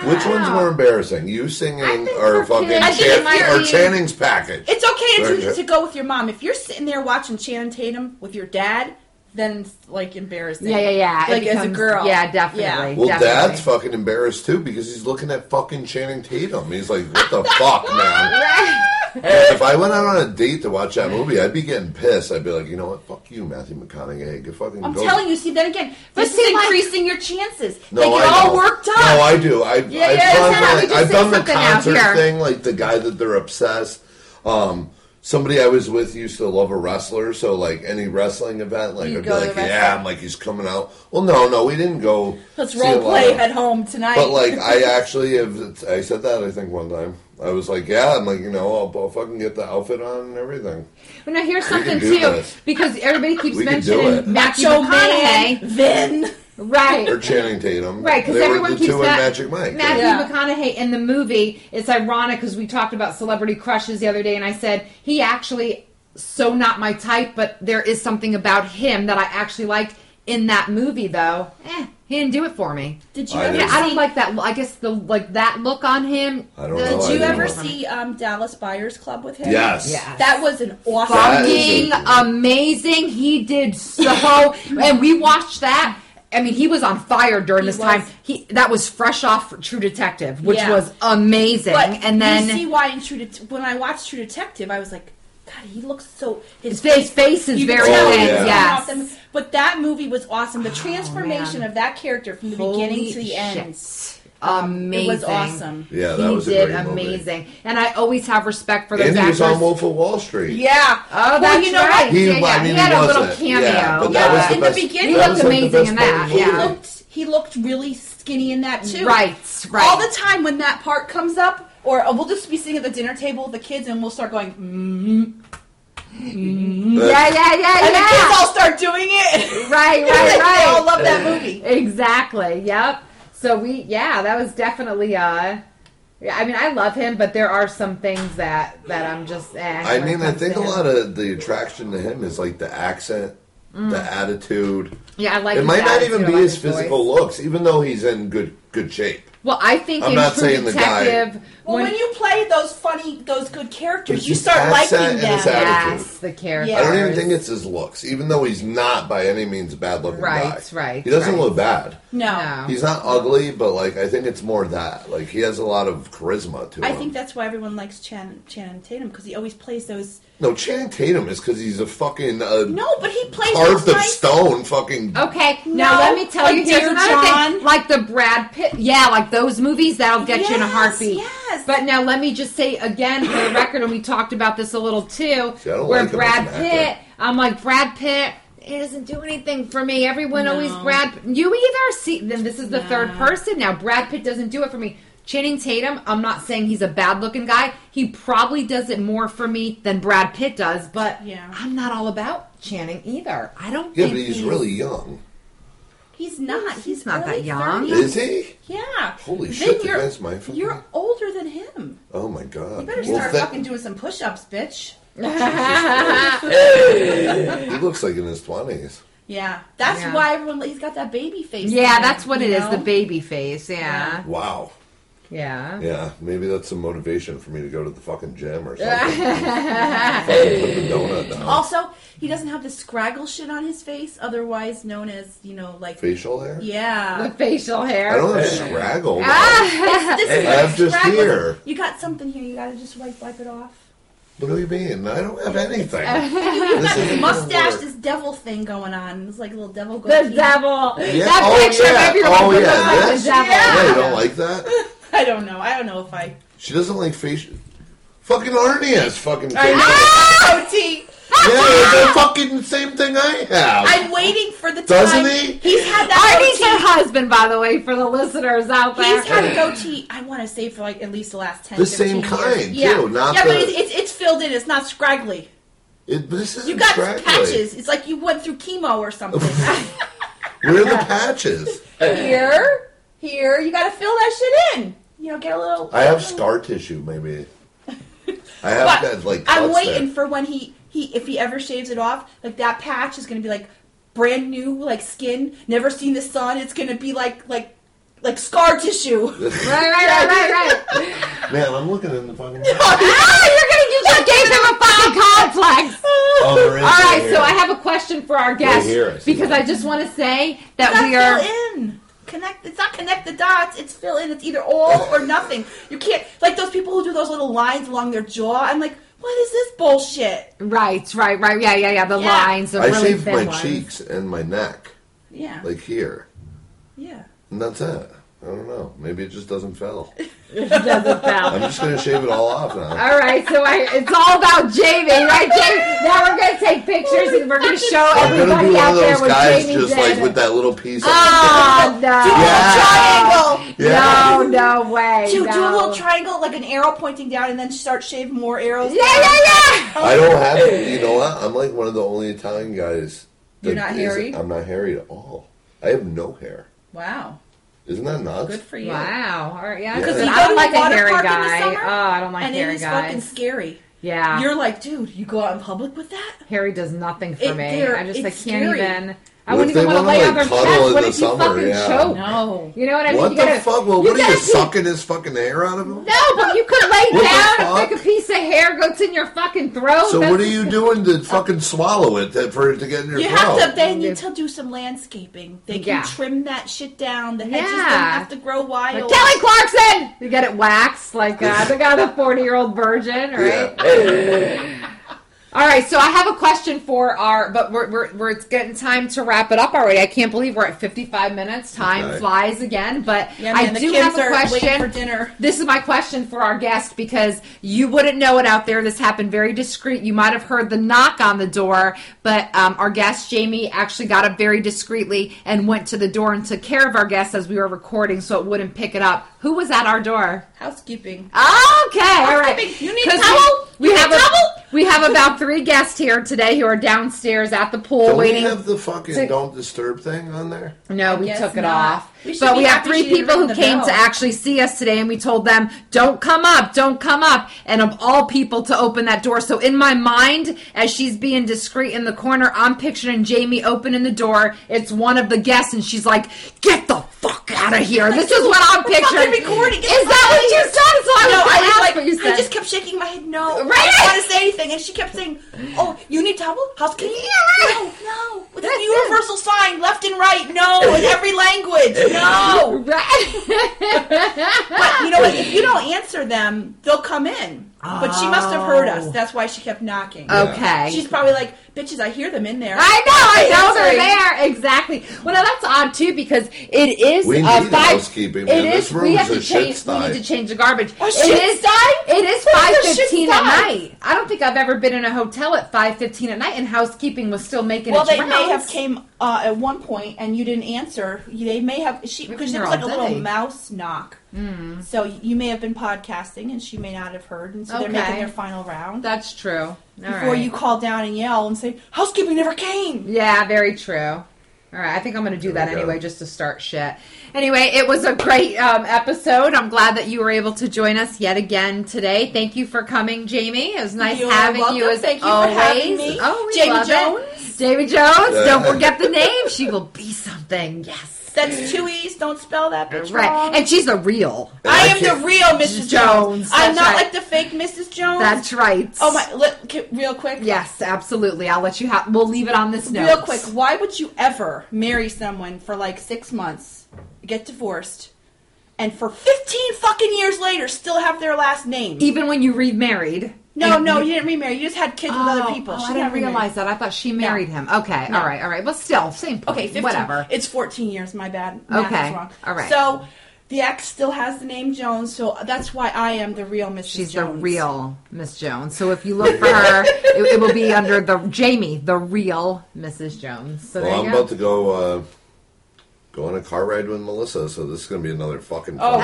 Which one's more embarrassing? You singing
think
or
for
fucking
kids,
I think it
Chan-
might
or
be-
Channing's package?
It's okay to,
Okay.
to go with your mom. If you're sitting there watching Shannon Tatum with your dad, then it's like embarrassing.
Yeah, yeah, yeah. It
Like as a
becomes-
girl.
yeah, definitely.
well,
definitely.
Dad's fucking embarrassed too because he's looking at fucking Channing Tatum. He's like, "What the fuck, man?" Like, if I went out on a date to watch that movie, I'd be getting pissed. I'd be like, "You know what? Fuck you, Matthew McConaughey. Go fucking."
I'm
go.
telling you, see, then again, this
see,
is
like-
increasing your chances.
No,
they get
I
all
know.
worked up.
No, I do. I,
Yeah,
I've
yeah,
done,
yeah, yeah,
the-
we just
I've
said
done the
something out
concert
here.
thing, like the guy that they're obsessed. Um, somebody I was with used to love a wrestler, so like any wrestling event, like
You
I'd be
go to
like,
the
yeah,
wrestling.
I'm like he's coming out. Well, no, no, we didn't go.
Let's
see a
role
lot
play
of-
at home tonight.
But like, I actually have. I said that I think one time. I was like, yeah, I'm like, you know, I'll, I'll fucking get the outfit on and everything.
Well, now here's something
do
too,
this.
because everybody keeps
We can do it.
mentioning Matthew
Macho Man,
McConaughey,
Vin.
right?
Or Channing Tatum,
Right, because
They were
everyone
the
keeps
two in
that
Magic Mike.
Matthew
Yeah.
McConaughey in the movie. It's ironic because we talked about celebrity crushes the other day, and I said he actually so not my type, but there is something about him that I actually liked in that movie. Though, eh, he didn't do it for me.
Did you
I
ever
didn't.
Yeah,
see,
I don't like that. I guess the like that look on him.
I don't
the-
know. I
Did you
didn't
ever
like it.
see um, Dallas Buyers Club with him?
Yes.
Yeah.
That was an awesome.
That is
fucking
a-
amazing. He did so, and we watched that. I mean, he was on fire during
He
this
was.
time. He that was fresh off True Detective, which
Yeah.
was amazing.
But
and then
you see why in True Det- when I watched True Detective, I was like, God, he looks so his
His face is
you can
very
tell
thin,
it's coming
yes.
off them. But that movie was awesome. The transformation
man.
of that character from the beginning to the
Holy
end,
shit.
it
Amazing.
was awesome.
Yeah, that
he
was a
did
great movie.
amazing. And I always have respect for those
And he
actors.
was on Wolf of Wall Street.
Yeah.
Oh, that's
well, you know
right.
what?
He-
yeah, yeah.
I mean,
he had
he
a little
wasn't.
cameo.
Yeah, but
that was
Yeah.
the In the best- beginning-
he
that
looked
was, like, the
amazing
best
in
part of
that.
the
He
movie.
Yeah,
looked he looked really skinny in that too.
right, right.
All the time when that part comes up, or uh, we'll just be sitting at the dinner table with the kids and we'll start going, mm
yeah, yeah, yeah,
and the kids
yeah.
all start doing it.
Right, right,
they all
right.
love that
Uh,
movie.
Exactly. Yep. So we, yeah, that was definitely. uh yeah, I mean, I love him, but there are some things that that I'm just. Eh,
I mean, I think a lot of the attraction to him is like the accent, the attitude.
Yeah, I Mm. like.
It
his
might not
attitude,
even
I
be
like
his
voice.
physical looks, even though he's in good good shape.
Well, I think
I'm
in
not
True
saying the guy-
Detective,
Well, when,
when
you play those funny, those good
But
characters, you
his
start
accent
liking
and his
them.
act-
yes,
attitude.
the character.
I don't even think it's his looks, even though he's not by any means a bad looking guy.
Right, right,
He doesn't
right.
look bad.
No.
He's not ugly, but like I think it's more that like he has a lot of charisma to
I
him.
think that's why everyone likes Chan Channing Tatum because he always plays those.
no, Channing Tatum is because he's a fucking uh,
No, but he plays
carved
those
of
nice.
stone, fucking
Oh,
Okay, now
No,
let me tell
like
you here's
Dear
another
John.
thing. Like the Brad Pitt, yeah, like those movies that'll get you in a
Yes,
heartbeat.
yes.
But now let me just say again for the record, and we talked about this a little too,
See, I don't
where
like him
Brad
as an
Pitt,
actor.
I'm like Brad Pitt. It doesn't do anything for me. Everyone always
No.
Brad. You either see. Then this is the
No.
third person now. Brad Pitt doesn't do it for me. Channing Tatum. I'm not saying he's a bad looking guy. He probably does it more for me than Brad Pitt does. But
Yeah.
I'm not all about Channing either. I don't.
yeah.
think
But he's really young,
He's not.
He's
He's,
not that
early
young.
30s.
is he?
Yeah.
Holy
Then
shit,
You're,
that's my fucking-
you're older than him.
Oh my god!
You better
Well,
start
that-
fucking doing some push-ups, bitch.
He looks like in his twenties.
Yeah, that's
Yeah.
why everyone. He's got that baby face.
Yeah,
on him,
that's what
you
it is.
know?
The baby face. Yeah.
Wow.
Yeah.
Yeah, maybe that's some motivation for me to go to the fucking gym or something. fucking put the donut down.
Also, he doesn't have the scraggle shit on his face, otherwise known as you know, like
Facial hair?
The
yeah.
facial hair.
I don't have scraggle. man.
Ah!
This
I
is
have just
scraggle.
here.
You got something here. You gotta just wipe wipe it off.
What do you mean? I don't have anything.
Uh,
this
His
isn't gonna
mustache,
work.
this devil thing going on. It's like a little devil.
the
goatee.
devil.
Yeah,
That
oh,
picture
yeah.
of everyone
Oh,
looks
yeah,
like
this?
the devil.
Yeah, you don't like that?
I don't know. I don't know if I
She doesn't like facial. Fucking Arnie has fucking.
I
Ah!
facial-
know goatee.
Yeah, it's the fucking same thing I have.
I'm waiting for the time.
Doesn't he?
He's had
Arnie's her
that
husband, by the way, for the listeners out
goatee.
there.
He's had a goatee. I want to say for like at least the last ten.
The same
15
kind,
years.
too,
Yeah,
not
yeah, but
the-
it's, it's it's filled in. It's not scraggly.
It- but this isn't
You got
scraggly.
patches. It's like you went through chemo or something.
Where are the patches?
here, here, you got to fill that shit in. You know, get a little.
I have scar tissue, maybe. I have
But
got like.
I'm
cuts
waiting
there.
for when he he if he ever shaves it off, like that patch is gonna be like brand new, like skin, never seen the sun. It's gonna be like like like scar tissue.
Right, right, right, right, right.
Man, I'm looking in the fucking.
ah, you're gonna you just gave him a fucking complex.
Oh, there is
All right,
one
so
here.
I have a question for our guest
here, I see
because
that.
I just want to say
It's
that
not
we are.
fill in. Connect. It's not connect the dots. It's fill in. It's either all or nothing. You can't like those people who do those little lines along their jaw. I'm like, what is this bullshit?
Right, right, right. Yeah, yeah, yeah. The
Yeah.
lines, the
I
really
shaved
thin
my
ones.
cheeks and my neck,
Yeah.
like here,
yeah.
and that's it. I don't know. Maybe it just doesn't fill.
Doesn't count.
I'm just gonna shave it all off now.
All right, so I, it's all about Jamie, right, Jamie? Now we're gonna take pictures and we're gonna show
I'm gonna
everybody
be one
out
of
there
those
what
guys
Jamie
just like with
did.
that little piece. Of
Oh no!
Triangle.
No,
yeah.
no way!
Do,
no.
do a little triangle, like an arrow pointing down, and then start shaving more arrows. Oh,
yeah, yeah, yeah.
I don't have. You know what? I'm like one of the only Italian guys.
You're
that
not
isn't-
hairy?
I'm not hairy at all. I have no hair.
Wow.
Isn't that nuts?
Good for you.
Wow! All right, yeah.
Yeah.
'cause
You
I
go to
don't
a
like a
water
hairy
park in the
guy.
summer,
Oh, I don't like
and it
hairy
is fucking
guys.
scary.
Yeah,
You're like, dude, you go out in public with that?
Harry does nothing for
It-
me.
they're-
I just I
it's
can't
scary.
even. I
What
wouldn't
if they
even want to
wanna,
lay
like,
on their
cuddle
chest.
in
What
the
if you
summer?
fucking
Yeah.
choke?
No.
You know what I mean?
What
you
the
gotta,
fuck? Well, what are
gotta
you
be-
sucking his fucking hair out of him?
No, but you could lay
What the
down
fuck?
like a piece of hair goes in your fucking throat.
So
That's-
what are you doing to fucking swallow it that for it to get in your
You
throat?
have to. They need
It's-
to do some landscaping. They can
Yeah.
trim that shit down. The hedges
Yeah.
don't have to grow wild.
Like, Kelly Clarkson! You get it waxed like uh, the guy, the 40 year old virgin, right? All right, so I have a question for our, but we're, we're, we're it's getting time to wrap it up already. I can't believe we're at 55 minutes. Time
Okay.
flies again, but
Yeah,
I
man, the
do have
kids
a
are waiting
question.
for dinner.
This is my question for our guest because you wouldn't know it out there. This happened very discreet. You might have heard the knock on the door, but um, our guest Jamie actually got up very discreetly and went to the door and took care of our guest as we were recording, so it wouldn't pick it up. Who was at our door?
Housekeeping.
Okay, all right.
Jamie, you need
'Cause we-
towel?
We,
You
have
need
a-
towel?
we have about three guests here today who are downstairs at the pool
Don't we
waiting.
have the fucking
to-
don't disturb thing on there?
No,
I
we
guess
took it
not.
off.
We should
but
be
we have
happy
three
she didn't
people
ring
who
the
came
bell.
to actually see us today, and we told them, "Don't come up, don't come up," and of all people to open that door. So in my mind, as she's being discreet in the corner, I'm picturing Jamie opening the door. It's one of the guests, and she's like, "Get the fuck out of here!" This is what I'm
We're fucking
picturing.
recording. Get
Is
the
that
fuck
what you said? So Oh, I
No,
was
I
gonna ask
was like,
what you said.
I just kept shaking my head. No,
Right.
I don't want to say anything, and she kept saying, "Oh, you need towel? Housekeeping? No, no. It's
That's
a universal sign, left and right. No, in every language. No. But you know what? If you don't answer them, they'll come in. But she must have heard us. That's why she kept knocking.
Oh, okay.
She's probably like, bitches, I hear them in there.
I know, I know
Answering.
they're there. Exactly. Well, now that's odd too because it is
We
uh,
need
five,
housekeeping, man.
It is.
This
we
room's
have
a
to
shit
change. We
sty.
need to change the garbage.
A
It
shit
is-
sty?
It is five
Who's a shit
fifteen at
sty?
night. I don't think I've ever been in a hotel at five fifteen at night, and housekeeping was still making.
Well,
its
they may
rounds.
have came uh, at one point and you didn't answer. They may have she
We've
because
been
there was
here
like a
all
little
day.
mouse knock. Mm. So you may have been podcasting and she may not have heard, and so they're
Okay.
making their final round
That's true. All
before
right.
you call down and yell and say housekeeping never came.
Yeah, very true. All right, I think I'm going to do
There
that
we go.
anyway, just to start shit. Anyway, it was a great um, episode. I'm glad that you were able to join us yet again today. Thank you for coming, Jamie. It was nice
You're
having
welcome.
you as
Thank you for
always.
having me.
Oh, we
Jamie
love it.
Jones.
Jamie Jones.
Yeah.
Don't forget the name. She will be something. Yes.
That's two e's. Don't spell that bitch
Right.
wrong.
And she's the real.
I
I, am
can't-
the real Mrs.
Jones,
Jones.
that's
I'm not
right.
like the fake Mrs. Jones.
That's right.
oh my! Li- ki- real quick.
Yes, absolutely. I'll let you have. We'll leave it on this note.
Real quick, why would you ever marry someone for like six months, get divorced, and for 15 fucking years later still have their last name?
Even when you remarried.
no,
and
no, you didn't remarry. You just had kids with other people.
e- oh,
She
I
got
didn't
remarried.
realize that. I thought she married him. Okay, all right, all right. But still, same point.
Okay, 15.
whatever.
It's 14 years, my bad. Math
Okay,
is wrong.
all right.
So the ex still has the name Jones, so that's why I am the real Mrs.
She's the
Jones.
real Miss Jones. So if you look for her, it, it will be under the Jamie, the real Mrs. Jones. So
Well, I'm
there you
about
go.
to go uh, go on a car ride with Melissa, so this is gonna be another fucking.
Oh.
fun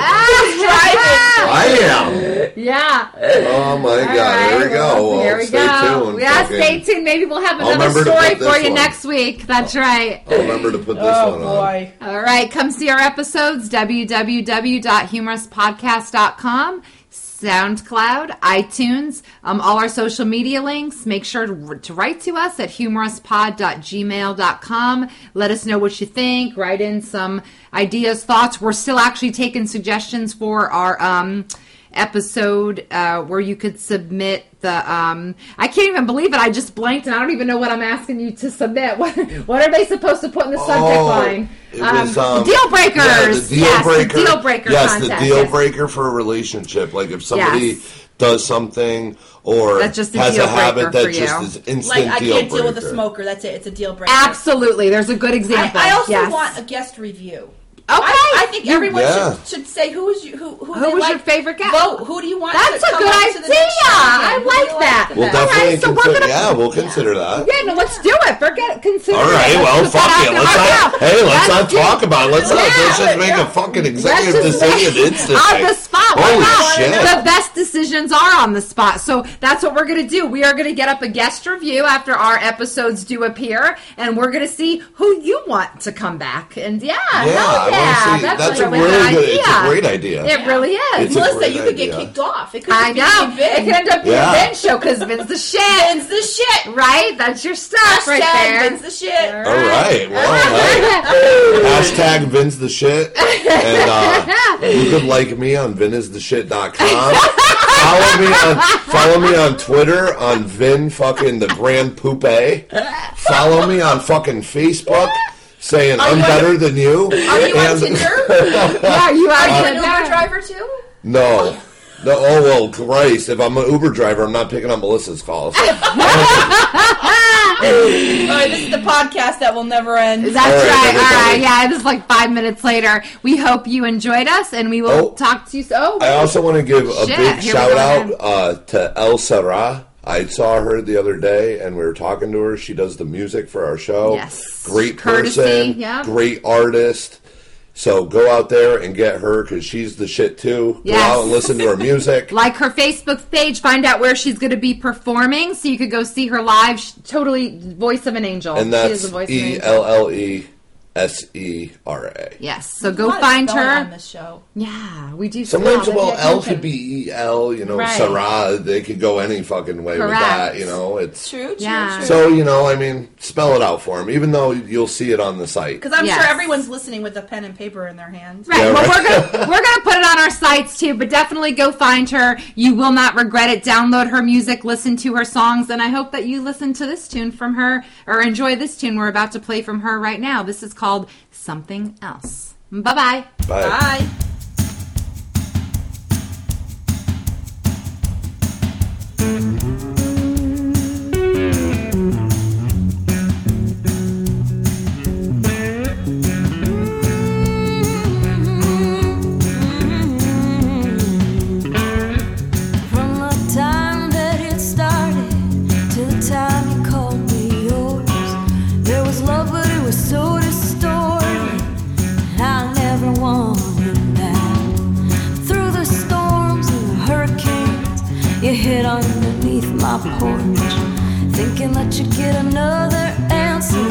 one.
Ah,
I am.
yeah.
Oh my god!
All
Here
right,
we go.
well,
Well,
there we
stay
go.
tuned.
Yeah,
fucking-
stay tuned. Maybe we'll have
I'll
another
remember to
story
put
for
this
you
one.
next week. That's right.
I'll remember to put this
Oh,
one on.
boy.
All right, come see our episodes www.humorouspodcast.com. SoundCloud, iTunes, um, all our social media links. Make sure to, to write to us at humorouspod.gmail.com. Let us know what you think. Write in some ideas, thoughts. We're still actually taking suggestions for our um, episode uh, where you could submit the. Um, I can't even believe it. I just blanked and I don't even know what I'm asking you to submit. What, what are they supposed to put in the subject
Oh,
line?
it was, um,
deal breakers.
Yeah, the deal
yes,
breaker.
The deal breaker
Yes,
contest.
the deal
Yes.
breaker for a relationship. Like if somebody does something or
That's just a
has
deal
a
breaker
habit
for
that just
you.
is instant
Like I
deal
can't deal with a
breaker.
smoker. That's it. It's a deal breaker.
Absolutely. There's a good
I,
example.
I also
yes.
want a guest review.
Okay.
I, I think everyone
Yeah.
should, should say who is you, who who,
Who
they
was
like.
your favorite guest?
Vote. Who do you want?
That's a
to come
good
on to the next
idea.
round?
I
Who do
like
you
that.
the
We'll
All
best?
right,
definitely
so we're
consider.
gonna-
yeah, we'll consider that.
Yeah, no, let's do it. Forget consider.
All right.
it.
Well,
Let's put
fuck
that
it.
out
Let's
there right
not.
now.
Hey, let's not
do-
talk about. It. Let's not.
Yeah,
Let's just make
yeah.
a fucking
Let's
executive
just make-
decision instantly.
on the spot. Why
Holy
not?
shit.
The best decisions are on the spot. So that's what we're going to do. We are going to get up a guest review after our episodes do appear, and we're going to see who you want to come back. And yeah,
Yeah,
hell
I
yeah,
want to see.
that's,
That's a
really
really good.
idea.
It's a great idea.
It really is.
It's a
Melissa,
great
you could get
idea.
kicked off. It could
I
be
know. It
Big.
could end up being a
Yeah.
Vince show because Vince the shit.
Vin's the shit.
Right? That's your stuff right
Hashtag
there.
Vin's the shit.
All right. Well, hey. hashtag Vin's the shit, and uh, you could like me on vinistheshit.com. Follow me on follow me on Twitter on Vin fucking the Grand Poupe. Follow me on fucking Facebook. Saying I'm
you on-
better than you.
Are you on
and-
Tinder?
yeah, you are
Are you an
good.
Uber driver too?
No. No, oh well, Christ! If I'm an Uber driver, I'm not picking up Melissa's calls. Listen,
All right, this is the podcast that will never end.
That's
All right,
right. All right.
everybody.
Yeah, it is like five minutes later. We hope you enjoyed us, and we will
Oh.
talk to you. So,
I also want to give a
Shit, here
big
we
shout
go
out
again.
uh, to El Sarah. I saw her the other day, and we were talking to her. She does the music for our show.
Yes.
great
Courtesy,
person,
yeah.
great artist. So go out there and get her because she's the shit too.
Yes.
Go out and listen to her music.
like her Facebook page, find out where she's going to be performing, so you could go see her live. She, totally, voice of an angel.
and
she is
that's
the voice of an
E
angel.
L L E S E R A.
Yes. So go find
on
her.
this show.
Yeah, we do.
Sometimes,
stop.
well,
Yeah,
L
okay.
could be E L, you know,
Right.
Sarah, they could go any fucking way with
Correct.
that, you know. It's
True, true,
Yeah.
true.
so, you know, I mean, spell it out for them, even though you'll see it on the site.
Because I'm
Yes.
sure everyone's listening with a pen and paper in their hands.
Right.
Yeah,
well,
right.
we're gonna we're gonna put it on our sites too, but definitely go find her. You will not regret it. Download her music, listen to her songs, and I hope that you listen to this tune from her or enjoy this tune we're about to play from her right now. This is called Something Else. Bye bye.
Bye.
Bye.
From the time that it started to the time you called me yours, there was love, but it was so distorted. and I never wanted that. Through the storms and the hurricanes, you hid underneath my porch, thinking that you'd get another answer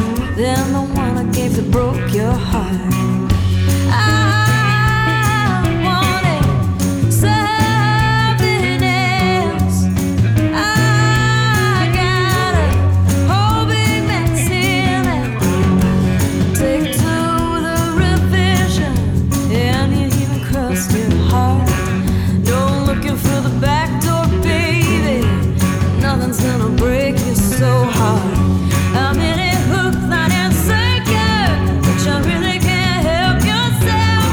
than the one I gave that broke your heart. I wanted something else. I got a whole big mess in it. Take to the revision, and you even crossed your heart. No looking for the back door, baby. Nothing's gonna break you so hard. I'm in a hook, line, and sinker, but you really can't help yourself.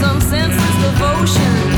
some senseless devotion.